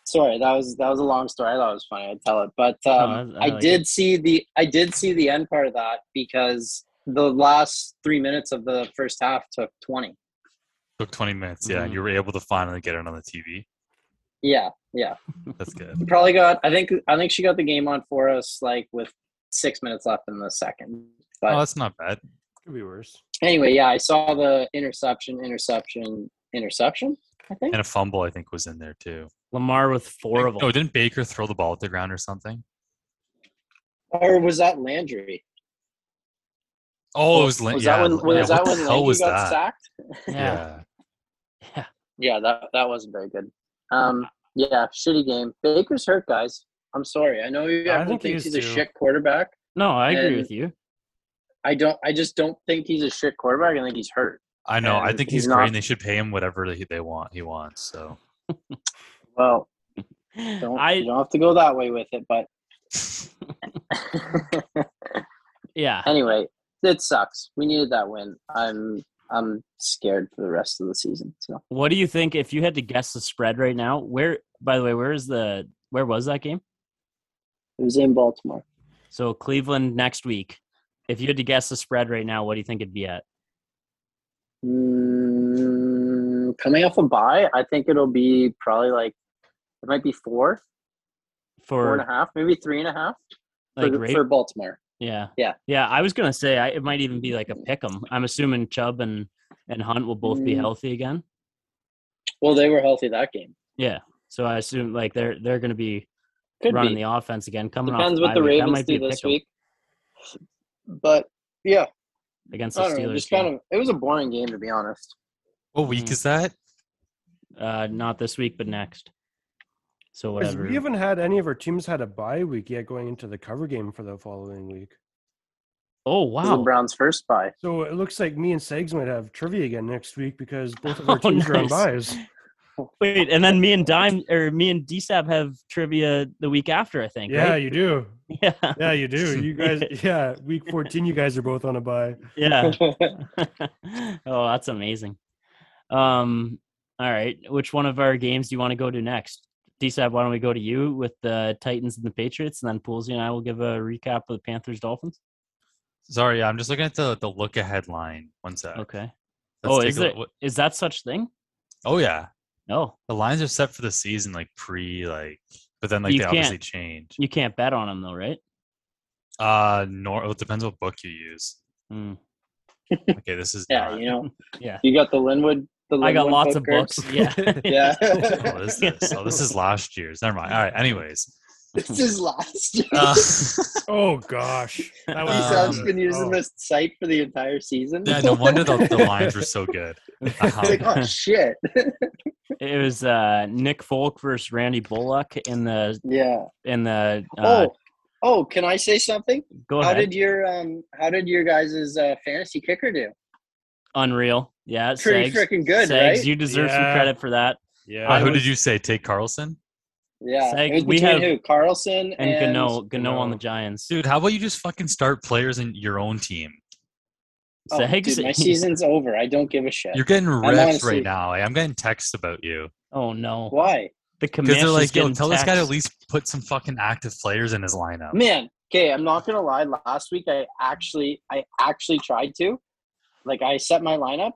S3: sorry that was that was a long story. I thought it was funny. I'd tell it, but um,
S1: No,
S3: I,
S1: like
S3: did
S1: it.
S3: see the I did see the end part of that because the last three minutes of the first half took twenty.
S2: Took 20 minutes. Yeah,
S1: Mhm.
S2: you were able to finally get it on the TV.
S3: Yeah, yeah.
S2: That's *laughs* good.
S3: Probably got. I think I think she got the game on for us like with six minutes left in the second. But
S2: Oh, that's not bad.
S4: Could be worse.
S3: anyway, yeah, I saw the interception, interception, interception. I think.
S2: And a fumble, I think, was in there too.
S1: Lamar with four of
S2: *laughs* Oh,
S1: them.
S2: didn't Baker throw the ball at the ground or something?
S3: Or was that Landry?
S2: Oh, it was, Lin-
S3: Was
S2: yeah.
S3: that when was
S2: yeah,
S3: that
S2: what
S3: when
S2: the
S3: Landry
S2: hell was that?
S3: got sacked?
S1: yeah.
S2: Yeah.
S3: Yeah, that that wasn't very good. Um, yeah, shitty game. Baker's hurt, guys. I'm sorry. I know you
S4: I
S3: everyone
S4: think he
S3: thinks
S4: is
S3: he's a
S4: too.
S3: shit quarterback.
S1: No, I agree
S3: And-
S1: with you.
S3: I don't. I just don't think he's a shit quarterback. I think he's hurt.
S2: I know. I
S3: And
S2: think
S3: he's
S2: he's, great
S3: not-
S2: and they should pay him whatever they, they want he wants. So
S3: Well, don't you
S1: I
S3: don't have to go
S4: *laughs*
S3: that way with it, but
S1: yeah.
S3: *laughs* anyway, it sucks. We needed that win. I'm I'm scared for the rest of the season. So
S1: What do you think if you had to guess the spread right now? Where, by the way, where is the where was that game?
S3: it was in Baltimore.
S1: So Cleveland next week. If you had to guess the spread right now, what do you think it'd be at?
S3: Mm, coming off a bye, I think it'll be probably like it might be four, four and
S1: For
S3: a half, maybe three and a half for,
S1: like rate?
S3: for Baltimore.
S1: Yeah.
S3: Yeah.
S1: Yeah. I was gonna say I, it might even be like a pick 'em. I'm assuming Chubb and and Hunt will both be
S3: Mm.
S1: healthy again.
S3: Well, they were healthy that game.
S1: Yeah. So I assume like they're they're gonna be
S3: Could
S1: running
S3: be.
S1: the offense again. Coming
S3: Depends
S1: off
S3: what the
S1: bye week. That
S3: Ravens
S1: might be
S3: do
S1: a
S3: this
S1: pick 'em
S3: week. But yeah,
S1: against the
S3: I don't know.
S1: Steelers.
S3: Just kind
S1: game.
S3: of, it was a boring game to be honest.
S2: What week
S1: Mm.
S2: is that?
S1: Uh, not this week, but next. So
S4: Because
S1: whatever.
S4: we haven't had any of our teams had a bye week yet going into the cover game for the following week.
S1: oh
S3: It was the
S1: wow.
S3: Browns' first bye.
S4: So it looks like me and Segs might have trivia again next week because both of our
S1: Oh,
S4: teams are on
S1: nice.
S4: buys.
S1: Wait, and then me and Dime or me and DSAB have trivia the week after, I think.
S4: Yeah,
S1: right?
S4: you do.
S1: Yeah.
S4: Yeah, you do. You guys, yeah, week 14, you guys are both on a bye.
S1: *laughs* Yeah. *laughs* oh, that's amazing. Um, all right. Which one of our games do you want to go to next? DSAB, why don't we go to you with the Titans and the Patriots, and then Poolsy and I will give a recap of the Panthers Dolphins.
S2: Sorry, I'm just looking at the, the look ahead line. One sec.
S1: Okay.
S2: Let's
S1: Oh,
S2: take
S1: is
S2: a look-
S1: it-
S2: what-
S1: Is that such thing?
S2: Oh yeah,
S1: No,
S2: the lines are set for the season, like pre, like, but then like
S1: You
S2: they
S1: can't-
S2: obviously change.
S1: you can't bet on them though, right?
S2: Uh, nor well, it depends what book you use.
S1: Mm.
S2: Okay, this is
S3: *laughs* Yeah,
S2: not-
S3: you know,
S1: *laughs* Yeah.
S3: you got the Linwood. The
S1: I got
S3: Linwood
S1: lots of
S3: poker.
S1: books.
S3: *laughs*
S1: Yeah. *laughs*
S3: Yeah. *laughs*
S2: what is this? Oh, this is last year's. Never mind. All right. Anyways,
S3: This is last. year. *laughs*
S2: uh, *laughs*
S4: Oh, gosh. That
S2: was-
S1: uh,
S3: Esau's
S2: Um,
S3: been using
S4: oh.
S3: this site for the entire season.
S2: yeah, no wonder the, the lines were so good.
S3: *laughs* It's like,
S2: Uh-huh.
S1: *laughs*
S2: *laughs*
S3: oh shit.
S1: It was uh, Nick Folk versus Randy Bullock in the
S3: yeah.
S1: in the. Uh,
S3: Oh, oh, can I say something?
S1: go
S3: How
S1: ahead.
S3: did your um? How did your guys' uh, fantasy kicker do?
S1: Unreal. Yeah.
S3: Pretty
S1: Sags.
S3: freaking good,
S1: Sags,
S3: right?
S1: you deserve some
S4: Yeah.
S1: credit for that.
S4: Yeah.
S2: Uh,
S1: I
S2: who
S1: was-
S2: did you say? Take Carlson,
S3: yeah.
S1: Sag,
S3: it was
S1: we
S3: between
S1: have-
S3: who? Carlson
S1: And,
S3: and,
S1: Gano, Gano on the
S4: Gano.
S1: Giants.
S2: dude. How about you just fucking start players in your own team?
S3: Oh,
S1: Sags-
S3: dude, my season's over. I don't give a shit.
S2: You're getting reps
S3: honestly-
S2: right now. Like, I'm getting texts about you
S1: *laughs* oh no.
S3: Why,
S1: The
S2: because
S1: commands
S2: they're like, "Yo,
S1: getting
S2: tell this guy to at
S1: text.
S2: least put some fucking active players in his lineup."
S3: man? Okay, I'm not gonna lie. Last week, I actually, I actually tried to, like, I set my lineup.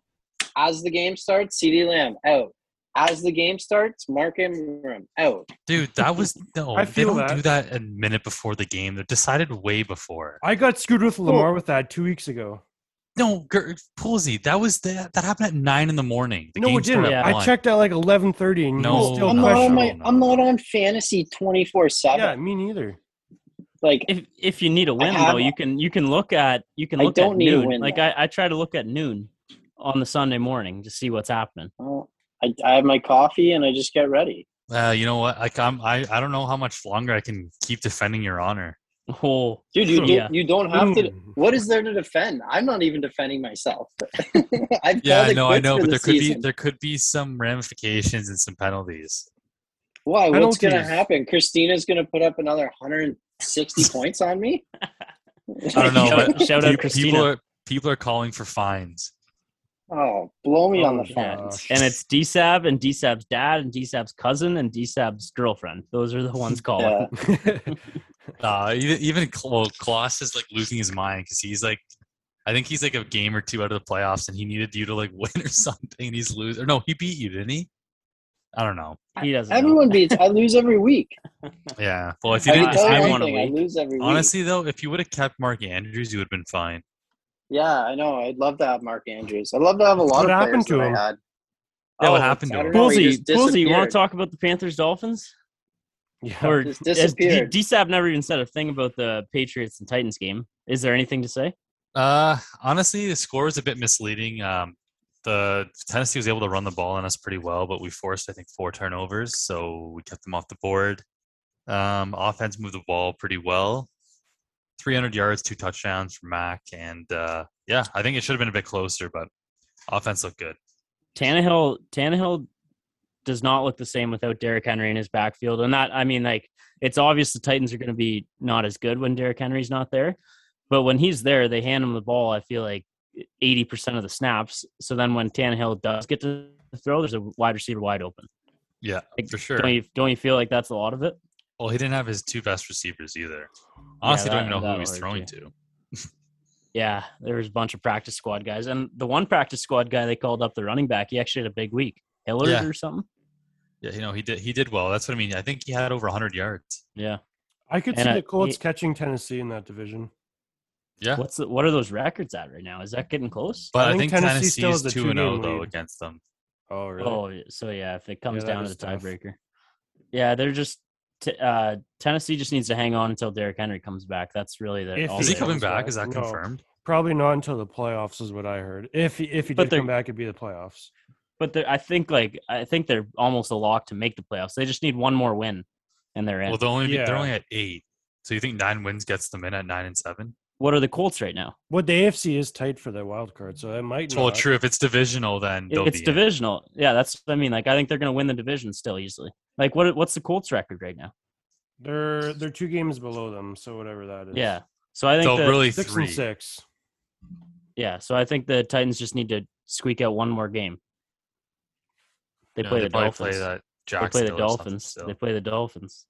S3: As the game starts, CD Lamb out. As the game starts, Mark Ingram out.
S2: Dude, that was no.
S4: I
S2: they
S4: feel
S2: don't
S4: that.
S2: do that a minute before the game. They're decided way before.
S4: I got screwed with Lamar with that two weeks ago.
S2: No, Ger- Pulsey, that was the, that happened at nine in the morning. The
S4: No,
S2: game
S4: it didn't.
S2: started at
S4: I
S2: one.
S4: checked out like 11.30 and
S2: No,
S4: you still
S3: I'm not
S2: no,
S3: on
S4: question.
S3: my.
S2: no.
S3: I'm not on fantasy 24
S4: Yeah,
S3: seven.
S4: me neither.
S3: Like,
S1: If if you need a win
S3: have-
S1: though, you can you can look at you can
S3: I
S1: look
S3: don't
S1: at
S3: need a
S1: noon.
S3: win,
S1: like
S3: though.
S1: I, I try to look at noon on the Sunday morning to see what's happening. *laughs*
S3: Well, I, I have my coffee and I just get ready.
S2: Uh, you know what? Like, I'm, I I don't know how much longer I can keep defending your honor.
S1: Oh,
S3: Dude, you, do,
S1: *laughs* Yeah.
S3: you don't have to.
S4: Mm.
S3: What is there to defend? I'm not even defending myself. *laughs* I've
S2: Yeah,
S3: called
S2: I
S3: it
S2: know, I
S3: quits
S2: know, but
S3: for the
S2: there could
S3: season.
S2: be there could be some ramifications and some penalties.
S3: Why? What's going to
S4: penalties.
S3: happen? Christina's going to put up another
S1: *laughs*
S3: 160 points on me?
S2: I don't *laughs* know,
S1: Shout-
S2: but
S1: shout out
S2: pe- people
S1: Christina.
S2: are people are calling for fines.
S3: Oh, blow me
S4: Oh,
S3: on the
S4: yeah.
S3: fans.
S1: and it's DSAB and DSAB's dad and DSAB's cousin and DSAB's girlfriend. Those are the ones calling.
S3: *laughs* Yeah.
S1: *laughs*
S4: Mm.
S2: Uh, even even Cl- well, Kloss is like losing his mind because he's like, I think he's like a game or two out of the playoffs, and he needed you to like *laughs* win or something, and he's losing. Or no, he beat you, didn't he? I don't know.
S1: He doesn't. know.
S3: Everyone beats. I lose every week.
S2: Yeah. Well, if
S3: I
S2: you
S1: mean, if
S2: didn't,
S3: can tell you
S1: I
S2: if
S1: won
S2: you,
S1: a
S3: anything. I
S1: week-
S3: lose every week.
S2: honestly though, if you would have kept Mark Andrews, you would have been fine.
S3: Yeah, I know. I'd love to have Mark Andrews. I'd love to have a lot of
S4: What happened
S3: players
S4: to
S3: that
S4: him?
S3: I had.
S2: Yeah, what
S3: Oh,
S2: happened to
S3: I
S2: him?
S3: don't know, he
S1: Poolsy,
S3: just
S1: Poolsy, you want
S3: disappeared.
S1: to talk about the Panthers Dolphins?
S4: *laughs* yeah.
S1: Or
S3: Just
S1: as D-
S3: disappeared.
S1: DSAB never even said a thing about the Patriots and Titans game. Is there anything to say?
S2: Uh, honestly, the score was a bit misleading. Um, the Tennessee was able to run the ball on us pretty well, but we forced I think four turnovers, so we kept them off the board. Um, offense moved the ball pretty well. 300 yards, two touchdowns for Mac, and uh, yeah, I think it should have been a bit closer, but offense looked good.
S1: Tannehill Tannehill does not look the same without Derrick Henry in his backfield. And that I mean like it's obvious the Titans are going to be not as good when Derrick Henry's not there. But when he's there, they hand him the ball. I feel like eighty percent of the snaps. So then when Tannehill does get to throw, there's a wide receiver wide open.
S2: Yeah,
S1: Like,
S2: for sure.
S1: Don't you don't you feel like that's a lot of it?
S2: well, he didn't have his two best receivers either. Honestly,
S1: that-
S2: I don't even know
S1: that'll
S2: who he's
S1: hurt
S2: throwing
S1: you.
S2: to.
S1: Yeah, there was a bunch of practice squad guys, and the one practice squad guy they called up the running back. He actually had a big week, Hillard
S2: Yeah.
S1: or something.
S2: Yeah, you know he did. He did well. That's what I mean. I think he had over 100 yards.
S1: Yeah.
S4: I could
S1: And
S4: see
S1: I-
S4: the Colts
S1: he-
S4: catching Tennessee in that division.
S2: Yeah,
S1: What's the, what are those records at right now? Is that getting close?
S2: but
S4: I
S2: I
S4: think
S2: think,
S4: Tennessee
S2: Tennessee,
S4: still
S2: is
S4: has a
S2: two and zero
S4: two-game
S2: though
S4: lead.
S2: against them.
S4: Oh, really?
S1: Oh, yeah, so yeah, if it comes
S4: Yeah, that
S1: down to
S4: is
S1: the
S4: tough.
S1: tiebreaker, yeah, they're just t- uh, Tennessee just needs to hang on until Derrick Henry comes back. That's really their.
S4: If
S1: all
S2: Is he
S1: they-
S4: yeah,
S2: coming
S4: he's
S2: back?
S4: back.
S2: Is that
S4: No.
S2: confirmed?
S4: Probably not until the playoffs is what I heard. If he, if he
S1: But
S4: did
S1: they're-
S4: come back, it'd be the playoffs.
S1: But they're- I think like I think they're almost a lock to make the playoffs. They just need one more win, and they're in.
S2: Well, they're only be- they're
S4: Yeah.
S2: only at eight. So you think nine wins gets them in at nine and seven?
S1: what are the Colts right now?
S4: Well, the AFC is tight for the wild card, so it might.
S2: Well,
S4: not.
S2: true. If it's divisional, then they'll
S1: it's
S2: be in.
S1: divisional. Yeah, that's what I mean. Like I think they're going to win the division still easily. Like what what's the Colts record right now?
S4: They're they're two games below them, so whatever that is.
S1: Yeah. So I think
S2: So
S1: the,
S2: really
S4: six
S2: three.
S4: and six.
S1: yeah, so I think the Titans just need to squeak out one more game. They
S2: Yeah,
S1: play the
S2: probably
S1: Dolphins.
S2: Play that
S1: they play the
S2: Jacksonville or something
S1: Dolphins.
S2: still.
S1: They play the Dolphins.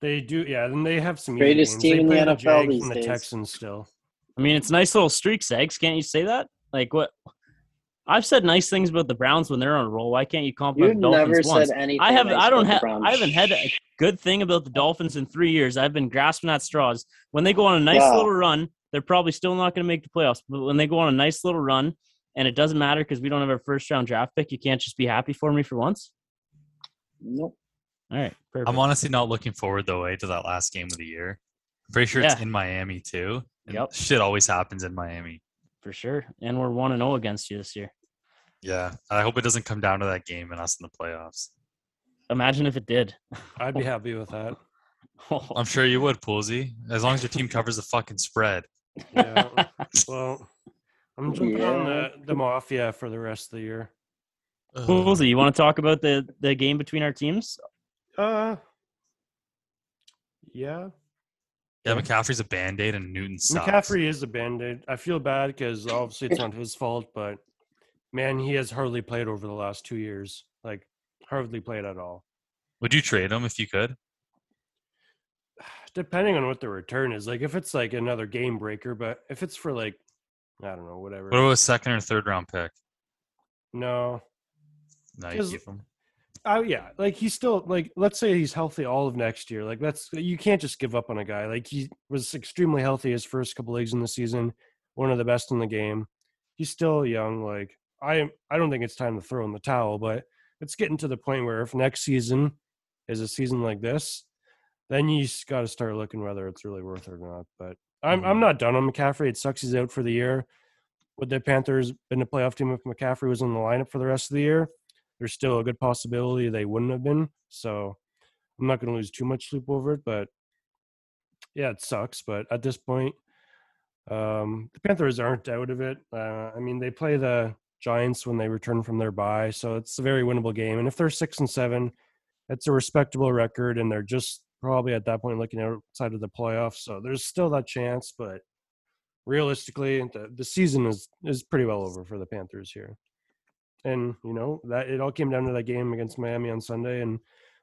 S4: They do, yeah. Then they have some easy
S3: Greatest
S4: games.
S3: team
S4: They
S3: in the
S4: play
S3: NFL
S4: Jags
S3: these
S4: and the
S3: days.
S4: Texans still.
S1: I mean, it's a nice little streak, Segs. Can't you say that? Like what? I've said nice things about the Browns when they're on a roll. Why can't you compliment
S3: You've
S1: the Dolphins
S3: never
S1: once?
S3: said anything.
S1: I have.
S3: nice
S1: I don't
S3: about the
S1: have.
S3: Browns.
S1: I haven't had a good thing about the Dolphins in three years. I've been grasping at straws. When they go on a nice
S3: Yeah.
S1: little run, they're probably still not going to make the playoffs. But when they go on a nice little run, and it doesn't matter because we don't have our first round draft pick, you can't just be happy for me for once.
S3: Nope.
S1: All right, perfect.
S2: I'm honestly not looking forward though eh, to that last game of the year. I'm pretty sure it's
S1: Yeah.
S2: in Miami too. and
S1: Yep.
S2: Shit always happens in Miami.
S1: for sure. And we're one and zero against you this year.
S2: Yeah. I hope it doesn't come down to that game and us in the playoffs.
S1: Imagine if it did. *laughs* Oh,
S4: I'd be happy with
S3: *laughs*
S4: that.
S2: I'm sure you would, Poolsy. As long as your team covers the fucking spread.
S4: Yeah. well, I'm jumping on
S3: Yeah.
S4: the, the mafia for the rest of the year.
S2: Ugh.
S1: Woolsey, you want to talk about the the game between our teams?
S4: Uh, yeah.
S2: Yeah, McCaffrey's a band aid and Newton sucks.
S4: McCaffrey is a band-aid. I feel bad because obviously it's not his fault, but man, he has hardly played over the last two years. Like hardly played at all.
S2: Would you trade him if you could?
S4: Depending on what the return is, like if it's like another game breaker, but if it's for like I don't know,
S2: What
S4: whatever.
S2: about a second or third round pick?
S4: No.
S2: No, you
S4: Because-
S2: keep him. *laughs*
S4: Oh yeah, like he's still like let's say he's healthy all of next year. Like that's you can't just give up on a guy. Like he was extremely healthy his first couple leagues in the season, one of the best in the game. He's still young. Like I am, I don't think it's time to throw in the towel, but it's getting to the point where if next season is a season like this, then you got to start looking whether it's really worth it or not. But I'm I'm
S2: Mhm.
S4: not done on McCaffrey. It sucks he's out for the year. Would the Panthers been a playoff team if McCaffrey was in the lineup for the rest of the year? There's still a good possibility they wouldn't have been. So I'm not going to lose too much sleep over it. But yeah, it sucks. But at this point, um, the Panthers aren't out of it. Uh, I mean, they play the Giants when they return from their bye, so it's a very winnable game. And if they're six and seven, it's a respectable record, and they're just probably at that point looking outside of the playoffs. So there's still that chance, but realistically, the, the season is is pretty well over for the Panthers here. And you know that it all came down to that game against Miami on Sunday, and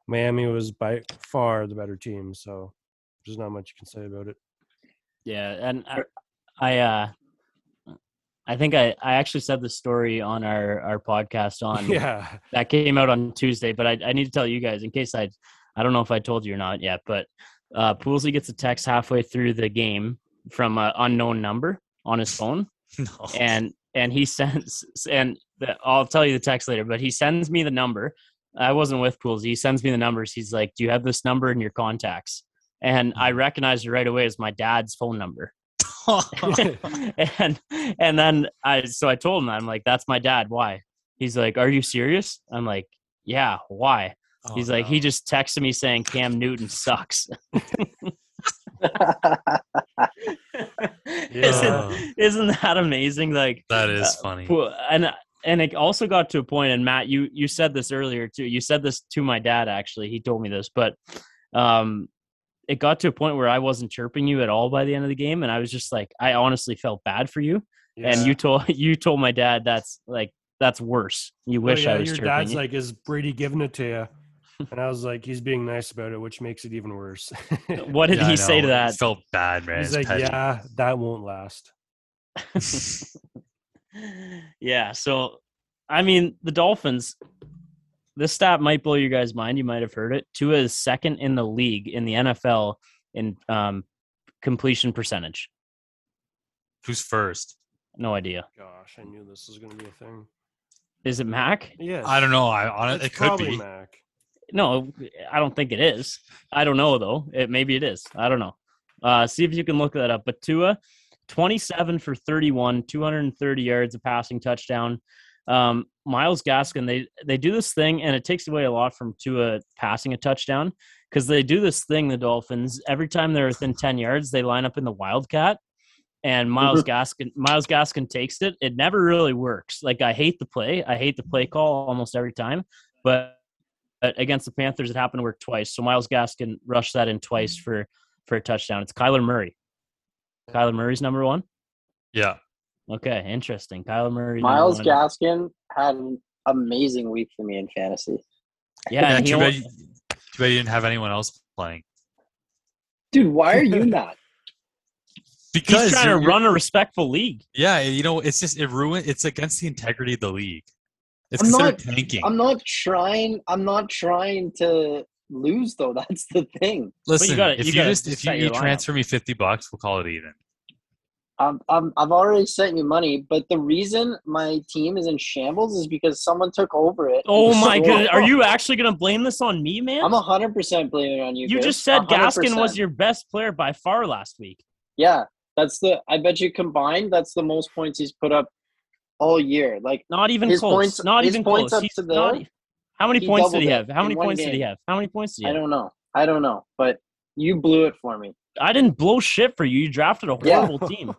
S4: Miami was by far the better team. So there's not much you can say about it. *laughs*
S1: Yeah, and I, I uh I think I, I actually said the story on our, our podcast on
S4: Yeah.
S1: that came out on Tuesday, but I, I need to tell you guys in case I I don't know if I told you or not yet, but uh Poolsy gets a text halfway through the game from an unknown number on his phone
S2: No.
S1: and and he sends and the, I'll tell you the text later, but he sends me the number. I wasn't with Pools. He sends me the numbers. He's like, "Do you have this number in your contacts?" And I recognized it right away as my dad's phone number. *laughs* and and then I so I told him I'm like, "That's my dad. Why?" He's like, "Are you serious?" I'm like, "Yeah, why?" *laughs*
S2: Oh,
S1: He's like, "He
S2: no.
S1: just texted me saying Cam Newton sucks." *laughs* isn't, isn't that amazing? Like
S2: *laughs* that is
S1: uh,
S2: funny.
S1: Well, and and it also got to a point, and Matt, you you said this earlier too. You said this to my dad actually. He told me this, but um, it got to a point where I wasn't chirping you at all by the end of the game, and I was just like, I honestly felt bad for you. And you told *laughs* you told my dad that's like that's worse. You
S4: Oh,
S1: wish
S4: yeah,
S1: I was
S4: your
S1: chirping.
S4: dad's
S1: you.
S2: *laughs*
S4: like, is Brady giving it to you? And I was like, he's being nice about it, which makes it even worse. *laughs*
S1: what did
S2: Yeah, I
S1: he say to
S2: know. It
S1: that?
S2: Felt bad, man.
S4: He's
S2: It's
S4: like,
S2: petty.
S4: yeah, that won't last.
S1: *laughs* yeah. So, I mean, the Dolphins. This stat might blow your guys' mind. You might have heard it. Tua is second in the league in the NFL in um, completion percentage.
S2: Who's first?
S1: No idea.
S4: Gosh, I knew this was going to be a thing.
S1: Is it Mac?
S4: Yes.
S2: I don't know. I on
S4: It's
S2: it could
S4: probably
S2: be.
S4: Mac.
S1: No, I don't think it is. I don't know though. It maybe it is. I don't know. Uh, see if you can look that up. But Tua, twenty-seven for thirty-one, two hundred and thirty yards, a passing touchdown. Um, Miles Gaskin, they they do this thing, and it takes away a lot from Tua passing a touchdown because they do this thing. The Dolphins every time they're within ten yards, they line up in the Wildcat, and Miles Gaskin Miles Gaskin takes it. It never really works. Like I hate the play. I hate the play call almost every time, but but against the Panthers, it happened to work twice. So Miles Gaskin rushed that in twice
S3: Mm.
S1: for for a touchdown. It's Kyler Murray. Kyler Murray's number one.
S2: Yeah.
S1: Okay, interesting. Kyler Murray. number
S3: Miles
S1: one.
S3: Gaskin had an amazing week for me in fantasy.
S1: Yeah, and he
S2: too,
S1: al-
S2: bad you, too bad you didn't have anyone else playing.
S3: Dude, why are *laughs* you not?
S2: Because
S1: he's trying
S2: you're-
S1: to
S2: you're-
S1: run a respectful league.
S2: Yeah, you know, it's just it ruined. It's against the integrity of the league. It's
S3: I'm
S2: considered
S3: not-
S2: tanking.
S3: I'm not trying I'm not trying to lose though. *laughs* That's the thing.
S2: Listen,
S1: gotta-
S2: if
S1: you
S2: you,
S1: gotta
S2: just if you,
S1: set your lineup.
S2: transfer me fifty bucks, we'll call it even.
S3: I'm, I'm, I've already sent you money, but the reason my team is in shambles is because someone took over it.
S1: Oh
S3: and
S1: my
S3: stole
S1: goodness,
S3: it.
S1: are you actually going to blame this on me, man?
S3: I'm 100% blaming it on you.
S1: you
S3: Chris.
S1: just said
S3: 100%.
S1: Gaskin was your best player by far last week.
S3: Yeah, that's the. I bet you combined, that's the most points he's put up all year. Like,
S1: Not even
S3: His
S1: close.
S3: points-
S1: not
S3: his
S1: even
S3: points
S1: close.
S3: up
S1: He's
S3: to the-
S1: not e- how many
S3: he
S1: points did he
S3: doubled
S1: have?
S3: it
S1: How
S3: in
S1: many
S3: one
S1: points did he
S3: game.
S1: have? How many points did he
S3: I
S1: have?
S3: don't know. I don't know, but you blew it for me.
S1: I, didn't blow shit for you. You drafted a
S3: Yeah.
S1: horrible team.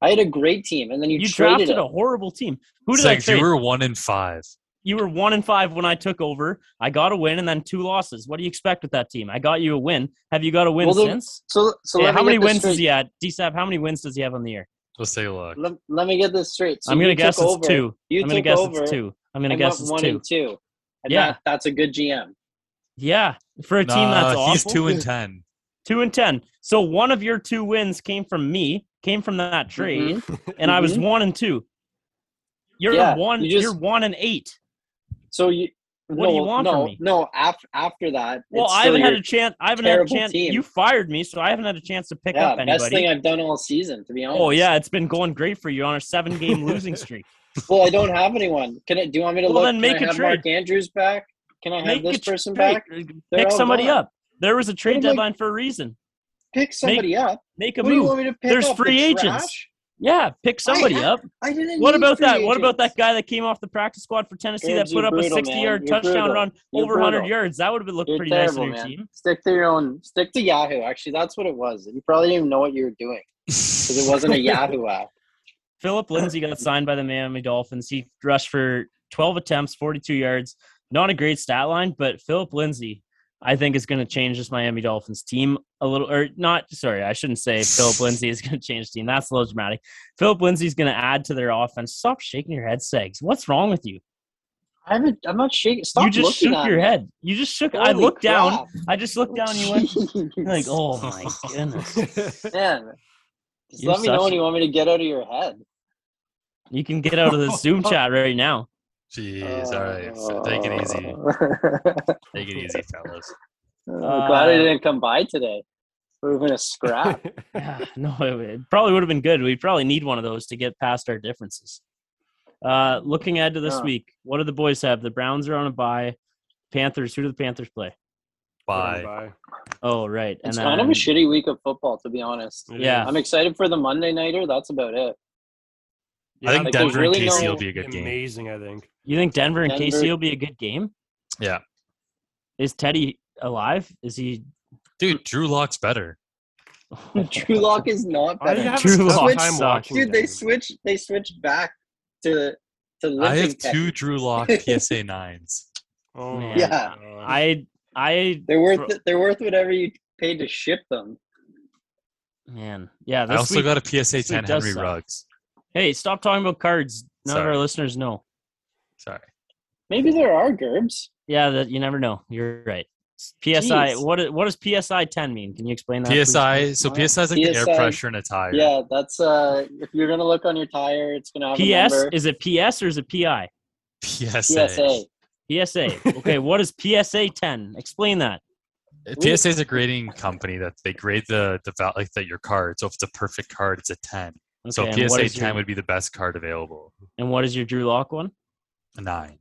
S3: I had a great team, and then you,
S1: You
S3: traded
S1: drafted
S3: it.
S1: a horrible team. Who
S2: It's
S1: did I
S2: like,
S1: trade?
S2: You were one in five.
S1: you were one and five when I took over. I got a win and then two losses. What do you expect with that team? I got you a win. Have you got a win
S3: Well, the-
S1: since?
S3: So, so
S1: Yeah,
S3: let me
S1: how
S3: get
S1: many
S3: this
S1: wins
S3: straight.
S1: does he have? DSAP, how many wins does he have on the year?
S2: Let's take a look.
S3: Let, let me get this straight. So
S1: I'm
S3: you
S1: gonna guess
S3: took
S1: it's
S3: over-
S1: two.
S3: You
S1: I'm gonna
S3: took
S1: guess
S3: over
S1: it's two. I'm gonna
S3: and
S1: guess
S3: went
S1: it's
S3: one
S1: two.
S3: and two. And
S1: Yeah.
S3: that, that's a good GM.
S1: Yeah, for a team that's
S2: Nah, he's
S1: awful.
S2: two and ten.
S1: two and ten. So one of your two wins came from me, came from that trade, and I was
S3: Mhm.
S1: one and two. You're
S3: Yeah,
S1: one.
S3: you just-
S1: you're one and eight.
S3: So you.
S1: What
S3: no,
S1: do you want
S3: no,
S1: from me?
S3: No, after after that.
S1: Well,
S3: it's
S1: I
S3: still
S1: haven't had
S3: your-
S1: a chance. I haven't had a
S3: terrible
S1: chance.
S3: team.
S1: You fired me, so I haven't had a chance to pick
S3: yeah,
S1: up anybody.
S3: best thing I've done all season, to be honest.
S1: Oh yeah, it's been going great for you on a seven-game losing streak.
S3: Well, I don't have anyone. Can I? Do you want me to
S1: Well,
S3: look?
S1: then make
S3: Can
S1: a
S3: I have
S1: trade.
S3: Mark Andrews back? Can I *laughs* have
S1: Make
S3: this
S1: a
S3: person
S1: trade.
S3: back? They're
S1: Pick
S3: all
S1: somebody
S3: gone.
S1: up. There was a trade
S3: do you mean?
S1: deadline for a reason.
S3: Pick somebody up.
S1: Make a
S3: What do you
S1: move.
S3: want me to pick
S1: There's
S3: up? The
S1: free agents.
S3: trash?
S1: Yeah, pick somebody
S3: have-
S1: up.
S3: I didn't.
S1: What
S3: need
S1: about
S3: free
S1: that? What about that
S3: agents.
S1: guy that came off the practice squad for Tennessee
S3: Gibbs,
S1: that put
S3: you're
S1: up a
S3: brutal, man.
S1: 60-yard
S3: You're
S1: touchdown
S3: brutal.
S1: run
S3: You're
S1: over 100
S3: brutal.
S1: yards? That would have looked
S3: You're
S1: pretty nice
S3: terrible,
S1: on your
S3: man.
S1: team.
S3: Stick to your own. Stick to Yahoo. Actually, that's what it was. You probably didn't even know what you were doing because it
S1: *laughs*
S3: wasn't a Yahoo app.
S1: Philip Lindsay got signed by the Miami Dolphins. He rushed for 12 attempts, 42 yards. Not a great stat line, but Philip Lindsay, I think, is going to change this Miami Dolphins team a little, or not. Sorry, I shouldn't say Philip Lindsay is going to change team. That's a little dramatic. Philip Lindsay is going to add to their offense. Stop shaking your head, Segs. What's wrong with you?
S3: I haven't. I'm not shaking. Stop
S1: you just
S3: looking
S1: shook
S3: at
S1: your
S3: me.
S1: head. You just shook. I
S3: Holy
S1: looked down.
S3: crap.
S1: I just looked down. and You
S3: *laughs*
S1: went
S3: Jeez.
S1: you're like, oh my goodness.
S3: *laughs* man. Just
S1: You're
S3: let me know
S1: such-
S3: when you want me to get out of your head.
S1: You can get out of the Zoom chat right now.
S2: *laughs* Jeez, all right. So take it easy.
S3: Uh,
S2: Take it easy, fellas.
S3: *laughs* I'm glad I
S1: Uh,
S3: didn't come by today. We were
S1: *laughs*
S3: gonna
S4: *laughs*
S3: scrap.
S1: Yeah, no, it, it probably would have been good. We probably need one of those to get past our differences. Uh, looking ahead to this
S3: Yeah.
S1: week, what do the boys have? The Browns are on a bye. Panthers, who do the Panthers play?
S2: Bye.
S1: Oh, right.
S3: it's kind of a shitty week of football, to be honest.
S1: Yeah.
S3: I'm excited for the Monday nighter. That's
S1: *laughs*
S3: about it.
S2: I think
S3: like, there's
S2: Denver and
S3: really
S2: KC
S3: no-
S2: will be a good game.
S4: Amazing, I think.
S1: you think Denver and
S3: Denver-
S1: KC will be a good game?
S2: Yeah.
S1: Is Teddy alive? Is
S2: *laughs*
S1: he? *laughs*
S2: Dude, Drew Locke's better.
S3: Drew Lock is not
S4: I
S3: better.
S4: have
S1: Drew
S4: a tough
S1: Lock
S4: time
S1: sucks.
S4: watching
S3: Dude, they
S4: Denver.
S3: switch. They switch back to to
S2: I
S3: living.
S2: have two Drew
S3: *laughs*
S2: Lock PSA nines.
S4: Oh,
S1: Man.
S4: my
S3: Yeah.
S4: God.
S1: I I
S3: They're worth. it- They're worth whatever you paid to ship them.
S1: Man, yeah.
S2: I
S1: This
S2: also
S1: week-
S2: got a PSA
S1: this week
S2: 10
S1: does
S2: Henry
S1: suck.
S2: Ruggs.
S1: hey, stop talking about cards. None of
S2: Sorry.
S1: our listeners know.
S2: Sorry.
S3: Maybe there are gerbs.
S1: Yeah, that you never know. You're right. PSI.
S3: Jeez.
S1: What what does PSI ten mean? Can you explain that? please?
S2: PSI. So
S3: Uh,
S2: PSI is like the air
S3: PSI
S2: pressure in a tire. *laughs*
S3: Yeah, that's uh if you're gonna look on your tire, it's gonna have a
S1: PS
S3: number.
S1: is it PS or is it PI?
S2: PSA.
S3: PSA. *laughs*
S1: PSA. Okay, what is PSA ten? Explain that.
S2: PSA is a grading company that they grade the the val- like that your card. So if it's a perfect card, it's a ten.
S1: Okay,
S2: so
S1: and what
S2: PSA
S1: is
S2: ten
S1: your-
S2: would be the best card available.
S1: And what is your Drew Lock one?
S2: A nine.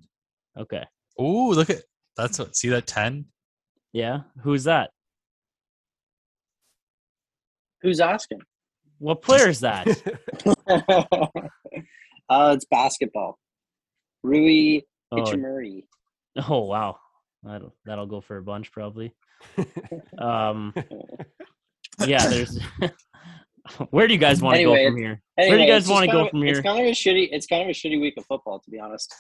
S1: Okay.
S2: Ooh, look at that's what see that ten.
S1: Yeah. Who's that?
S3: Who's asking? *laughs*
S1: What player is that?
S3: uh it's basketball. Rui
S1: oh,
S3: Ichimori.
S1: *laughs* oh, wow. That'll that'll go for a bunch
S3: *laughs*
S1: probably. Um Yeah, there's *laughs* Where do you guys want to
S3: Anyway,
S1: go from here? Where do you guys
S3: it's just
S1: wanna
S3: kind
S1: go
S3: of-
S1: from
S3: It's
S1: here?
S3: kind of a shitty it's kind of a shitty week of football to be honest.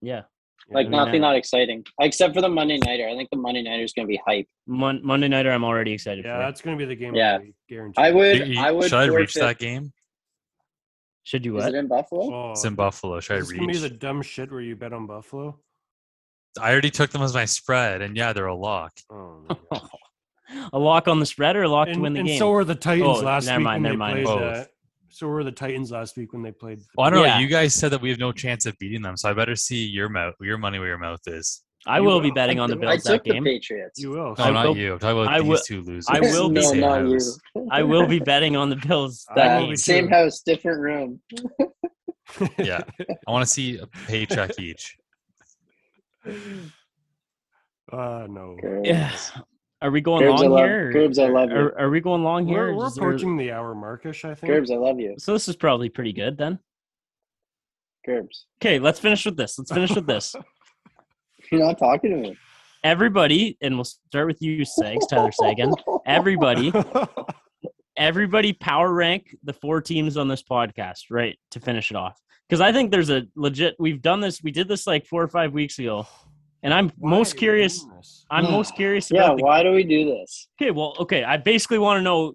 S1: Yeah.
S3: Like
S1: I mean,
S3: nothing
S1: uh,
S3: not exciting. Except for the Monday nighter. I think the Monday nighter is gonna be hype.
S1: Mon- Monday nighter I'm already excited
S4: yeah,
S1: for.
S4: that's going to be the game. of the
S3: Yeah.
S4: week, guaranteed.
S3: I would
S2: You- you-
S3: I would
S2: should I reach
S3: forfeit-
S2: that game?
S1: Should you
S3: Is
S1: what?
S3: it in Buffalo?
S4: Oh,
S2: It's in Buffalo. Should I
S4: this is gonna be
S2: reach?
S4: the dumb shit where you bet on Buffalo.
S2: I already took them as my spread, and yeah, they're a lock.
S4: Oh, my
S2: *laughs*
S4: God.
S1: a lock on the spread or a lock to
S4: and,
S1: win the
S4: and
S1: game?
S4: so were the Titans
S1: Oh,
S4: last
S1: never
S4: week
S1: mind,
S4: when
S1: never
S4: they
S1: mind.
S4: played.
S2: Both.
S4: Uh, so were the Titans last week when they played.
S2: Well, I don't
S1: Yeah.
S2: know. You guys said that we have no chance of beating them, so I better see your mouth, your money where your mouth is.
S1: I
S4: You
S1: will be
S4: will.
S1: betting on the
S3: I
S1: Bills that
S3: took the
S1: game.
S3: Patriots. *laughs*
S4: You will.
S2: No,
S1: I
S2: not
S1: will-
S2: you. I'm talking about
S1: I
S2: these
S1: will-
S2: two losers.
S1: I will be-
S2: Same
S1: saying
S3: no, not you.
S2: house.
S1: I
S3: *laughs*
S1: will be betting on the Bills
S4: I
S1: that
S4: will
S1: game.
S4: be-
S3: Uh, Same
S4: too.
S3: house, different room.
S2: Oh,
S4: *laughs*
S2: Yeah, I want to see a paycheck each.
S4: Uh, no.
S3: Gerbs.
S1: Yeah. Are we going
S3: Gerbs, I
S1: long
S3: love,
S1: here? or-
S3: Gerbs, I love you.
S1: Are, are we going long here?
S4: We're,
S1: or
S4: we're
S1: is there-
S4: approaching the hour markish, I think.
S3: Gerbs, I love you.
S1: So this is probably pretty good then.
S3: Gerbs.
S1: Okay, let's finish with this. Let's finish with
S4: *laughs*
S1: this.
S3: *laughs* You're not talking to me.
S1: Everybody, and we'll start with you, Sags, Tyler
S3: *laughs*
S1: Sagan.
S4: *laughs*
S1: Everybody, everybody, power rank the four teams on this podcast, right? To finish it off, because I think there's a legit. We've done this. We did this like four or five weeks ago, and I'm
S4: Why are
S1: most
S4: you
S1: curious.
S4: doing this?
S1: I'm most curious
S3: Yeah,
S1: about the
S3: why do we do this?
S1: Okay, well, okay. I basically want to know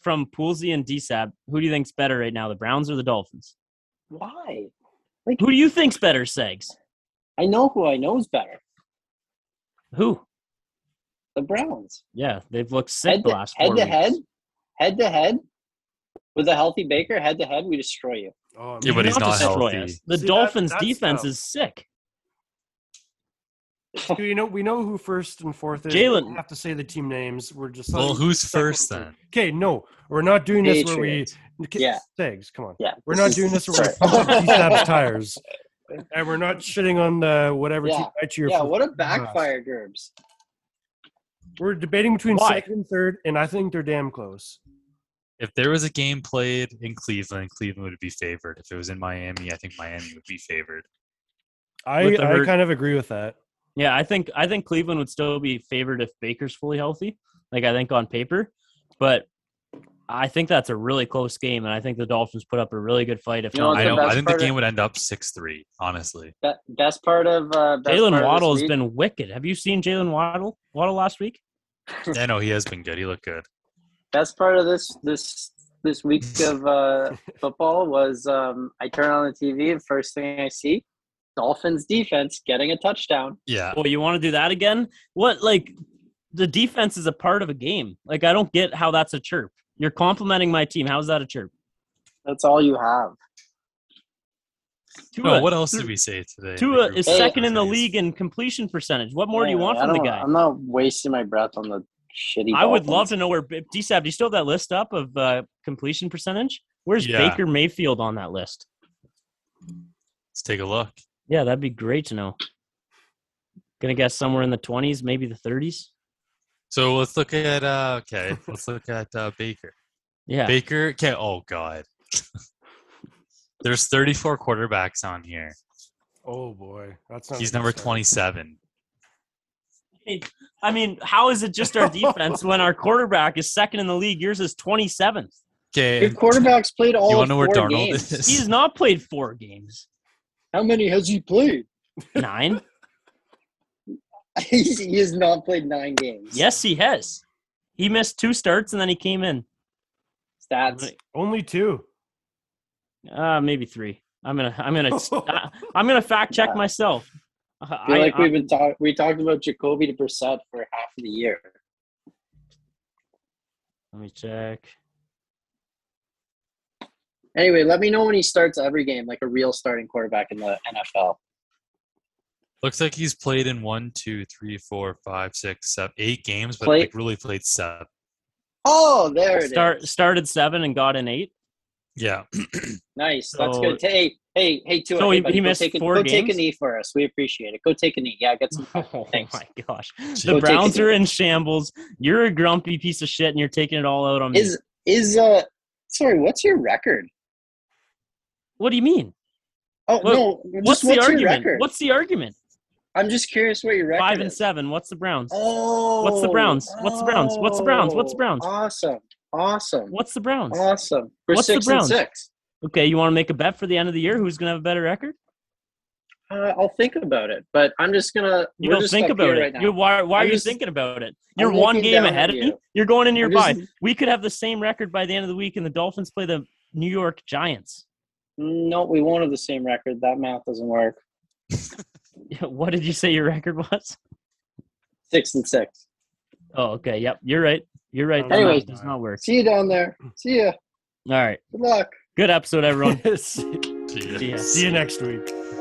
S1: from Poolsy and DSAB, who do you think's better right now, the Browns or the Dolphins?
S3: Why?
S1: Who do you think's better, Segs?
S3: I know who I know is better.
S1: Who?
S3: The Browns.
S1: Yeah, they've looked sick
S3: Head
S1: the
S3: to,
S1: last
S3: head
S1: four
S3: to
S1: weeks.
S3: head, head to head, with a healthy Baker, head to head, we destroy you.
S4: Oh, man.
S2: Yeah, but he's
S1: Not
S2: not
S1: destroy
S2: healthy.
S1: us. The
S4: See, that-
S1: Dolphins'
S4: that's
S1: defense
S4: tough.
S1: is sick.
S4: Do *laughs* you know we know who first and fourth
S1: Jalen-
S4: is. We don't have to say the team names. We're just
S2: Well, who's first then?
S4: Okay, no, we're not doing this where we
S3: Patriots.
S4: okay,
S3: Yeah.
S4: Segs, come on.
S3: Yeah.
S4: We're
S3: this
S4: not
S3: is-
S4: doing this where we're
S3: sorry.
S4: pumping
S1: *laughs*
S4: these tires, and we're not shitting on the whatever
S3: Yeah.
S4: team I cheer
S3: yeah,
S4: for.
S3: what a backfire, Gerbs.
S4: We're debating between
S1: Why?
S4: second and third, and I think they're damn close.
S2: If there was a game played in Cleveland, Cleveland would be favored. If it was in Miami, I think Miami would be favored.
S4: I,
S1: With the
S4: I
S1: hurt-
S4: kind of agree with that.
S1: Yeah, I think I think Cleveland would still be favored if Baker's fully healthy, like I think on paper. But I think that's a really close game, and I think the Dolphins put up a really good fight. If
S3: You
S1: not,
S3: know Well,
S2: I
S3: the
S2: don't. I
S3: best
S2: think the
S3: part of-
S2: game would end up six three.
S1: *laughs*
S2: Honestly,
S3: Be- best part of uh, best part of
S1: Jalen
S3: this
S1: Waddle has
S3: week-
S1: been wicked. Have you seen Jalen Waddle Waddle last week?
S2: I know he has been good. He looked good.
S3: best part of this this
S1: *laughs*
S3: this week of uh, football was um, I turn on the TV and first thing I see Dolphins defense getting a touchdown.
S2: Yeah,
S1: Well, you want to do that again? What like the defense is a part of a game. Like I don't get how that's a chirp. You're complimenting my team. How's that a chirp?
S3: That's all you have.
S1: Tua,
S2: Well, what else did we say today?
S1: Tua is
S3: Hey.
S1: second in the league in completion percentage. What more do you
S3: Yeah,
S1: want
S3: I
S1: from the
S3: don't-
S1: guy?
S3: I'm not wasting my breath on the shitty.
S1: I would
S3: Dolphins.
S1: love to know where DSAB. Do you still have that list up of uh, completion percentage? Where's
S2: Yeah.
S1: Baker Mayfield on that list?
S2: Let's take a look.
S1: Yeah, that'd be great to know. Gonna guess somewhere in the 20s, maybe the 30s.
S2: So let's look at uh,
S1: *laughs*
S2: okay. Let's look at uh, Baker.
S1: Yeah,
S2: Baker. Okay. Oh God. *laughs* There's 34 quarterbacks on here.
S4: Oh boy, that's not. a
S2: He's
S4: good
S2: number
S4: start.
S2: 27.
S1: I mean, how is it just our defense when our quarterback is second in the league? Yours is 27th.
S2: Okay.
S3: Your
S2: and
S3: quarterback's played all
S2: You want to know
S3: four
S2: where Darnold
S3: games.
S2: *laughs* is?
S1: He has not played four games.
S3: How many has he played? *laughs*
S1: Nine?
S3: he has not played nine games.
S1: yes, he has. He missed two starts and then he came in.
S3: Stats.
S4: Only two.
S1: Uh, maybe three. I'm gonna, I'm
S3: *laughs*
S1: gonna, I- I'm gonna fact check
S3: Yeah.
S1: myself. Uh,
S3: I feel
S1: I-
S3: like
S1: I-
S3: we've been talking. We talked about Jacoby to Brissett for half of the year.
S1: let me check.
S3: Anyway, let me know when he starts every game like a real starting quarterback in the NFL.
S2: Looks like he's played in one, two, three, four, five, six, seven, eight games, but
S3: Play-
S2: like really played seven.
S3: Oh, there it is.
S1: Start started seven and got an
S3: *laughs*
S1: eight. *laughs*
S2: Yeah,
S3: Nice. That's
S1: So-
S3: good. Hey, hey, hey, Tua.
S1: So
S3: hey,
S1: he-
S3: buddy,
S1: he
S3: go
S1: missed
S3: take a,
S1: four
S3: Go take a
S1: games?
S3: knee for us. We appreciate it. Go take a knee. Yeah, get some.
S1: *laughs* Oh
S3: Thanks.
S1: my gosh.
S2: Gee.
S1: The
S3: Go take
S1: Browns
S3: it.
S1: are in shambles. You're a grumpy piece of shit and you're taking it all out on me.
S3: Is is uh? Sorry, what's your record?
S1: what do you mean?
S3: Oh
S1: Look,
S3: no, just
S1: What's, the
S3: your
S1: argument?
S3: record?
S1: What's the argument?
S3: I'm just curious what your record
S1: Five and
S3: is.
S1: seven. What's the Browns?
S3: Oh,
S1: Browns? What's the Browns? What's the Browns? What's the Browns?
S3: Awesome, awesome,
S1: What's the Browns?
S3: awesome. We're
S1: What's the
S3: six
S1: Browns?
S3: and six.
S1: Okay, you want to make a bet for the end of the year? Who's gonna have a better record?
S3: Uh, I'll think about it, but I'm just gonna.
S1: You
S3: we're
S1: don't
S3: just
S1: think
S3: up
S1: about
S3: here
S1: it.
S3: right now.
S1: You're, why why are
S3: I'm
S1: you
S3: just-
S1: thinking about it? You're
S3: I'm
S1: one
S3: looking
S1: game
S3: down
S1: ahead
S3: at
S1: of me.
S3: you.
S1: You're going in
S3: I'm
S1: your bye.
S3: just-
S1: We could have the same record by the end of the week, and the Dolphins play the New York Giants. *laughs*
S3: no, we won't have the same record. That math doesn't work.
S1: what did you say your record was? *laughs*
S3: Six and six.
S1: Oh, okay. Yep, you're right. You're right. That
S3: Anyways.
S1: math does not work.
S3: See you down there. See ya.
S1: All right.
S3: Good luck. *laughs*
S1: Good episode, everyone.
S4: see
S2: Jeez.
S1: Yeah.
S4: see you next week.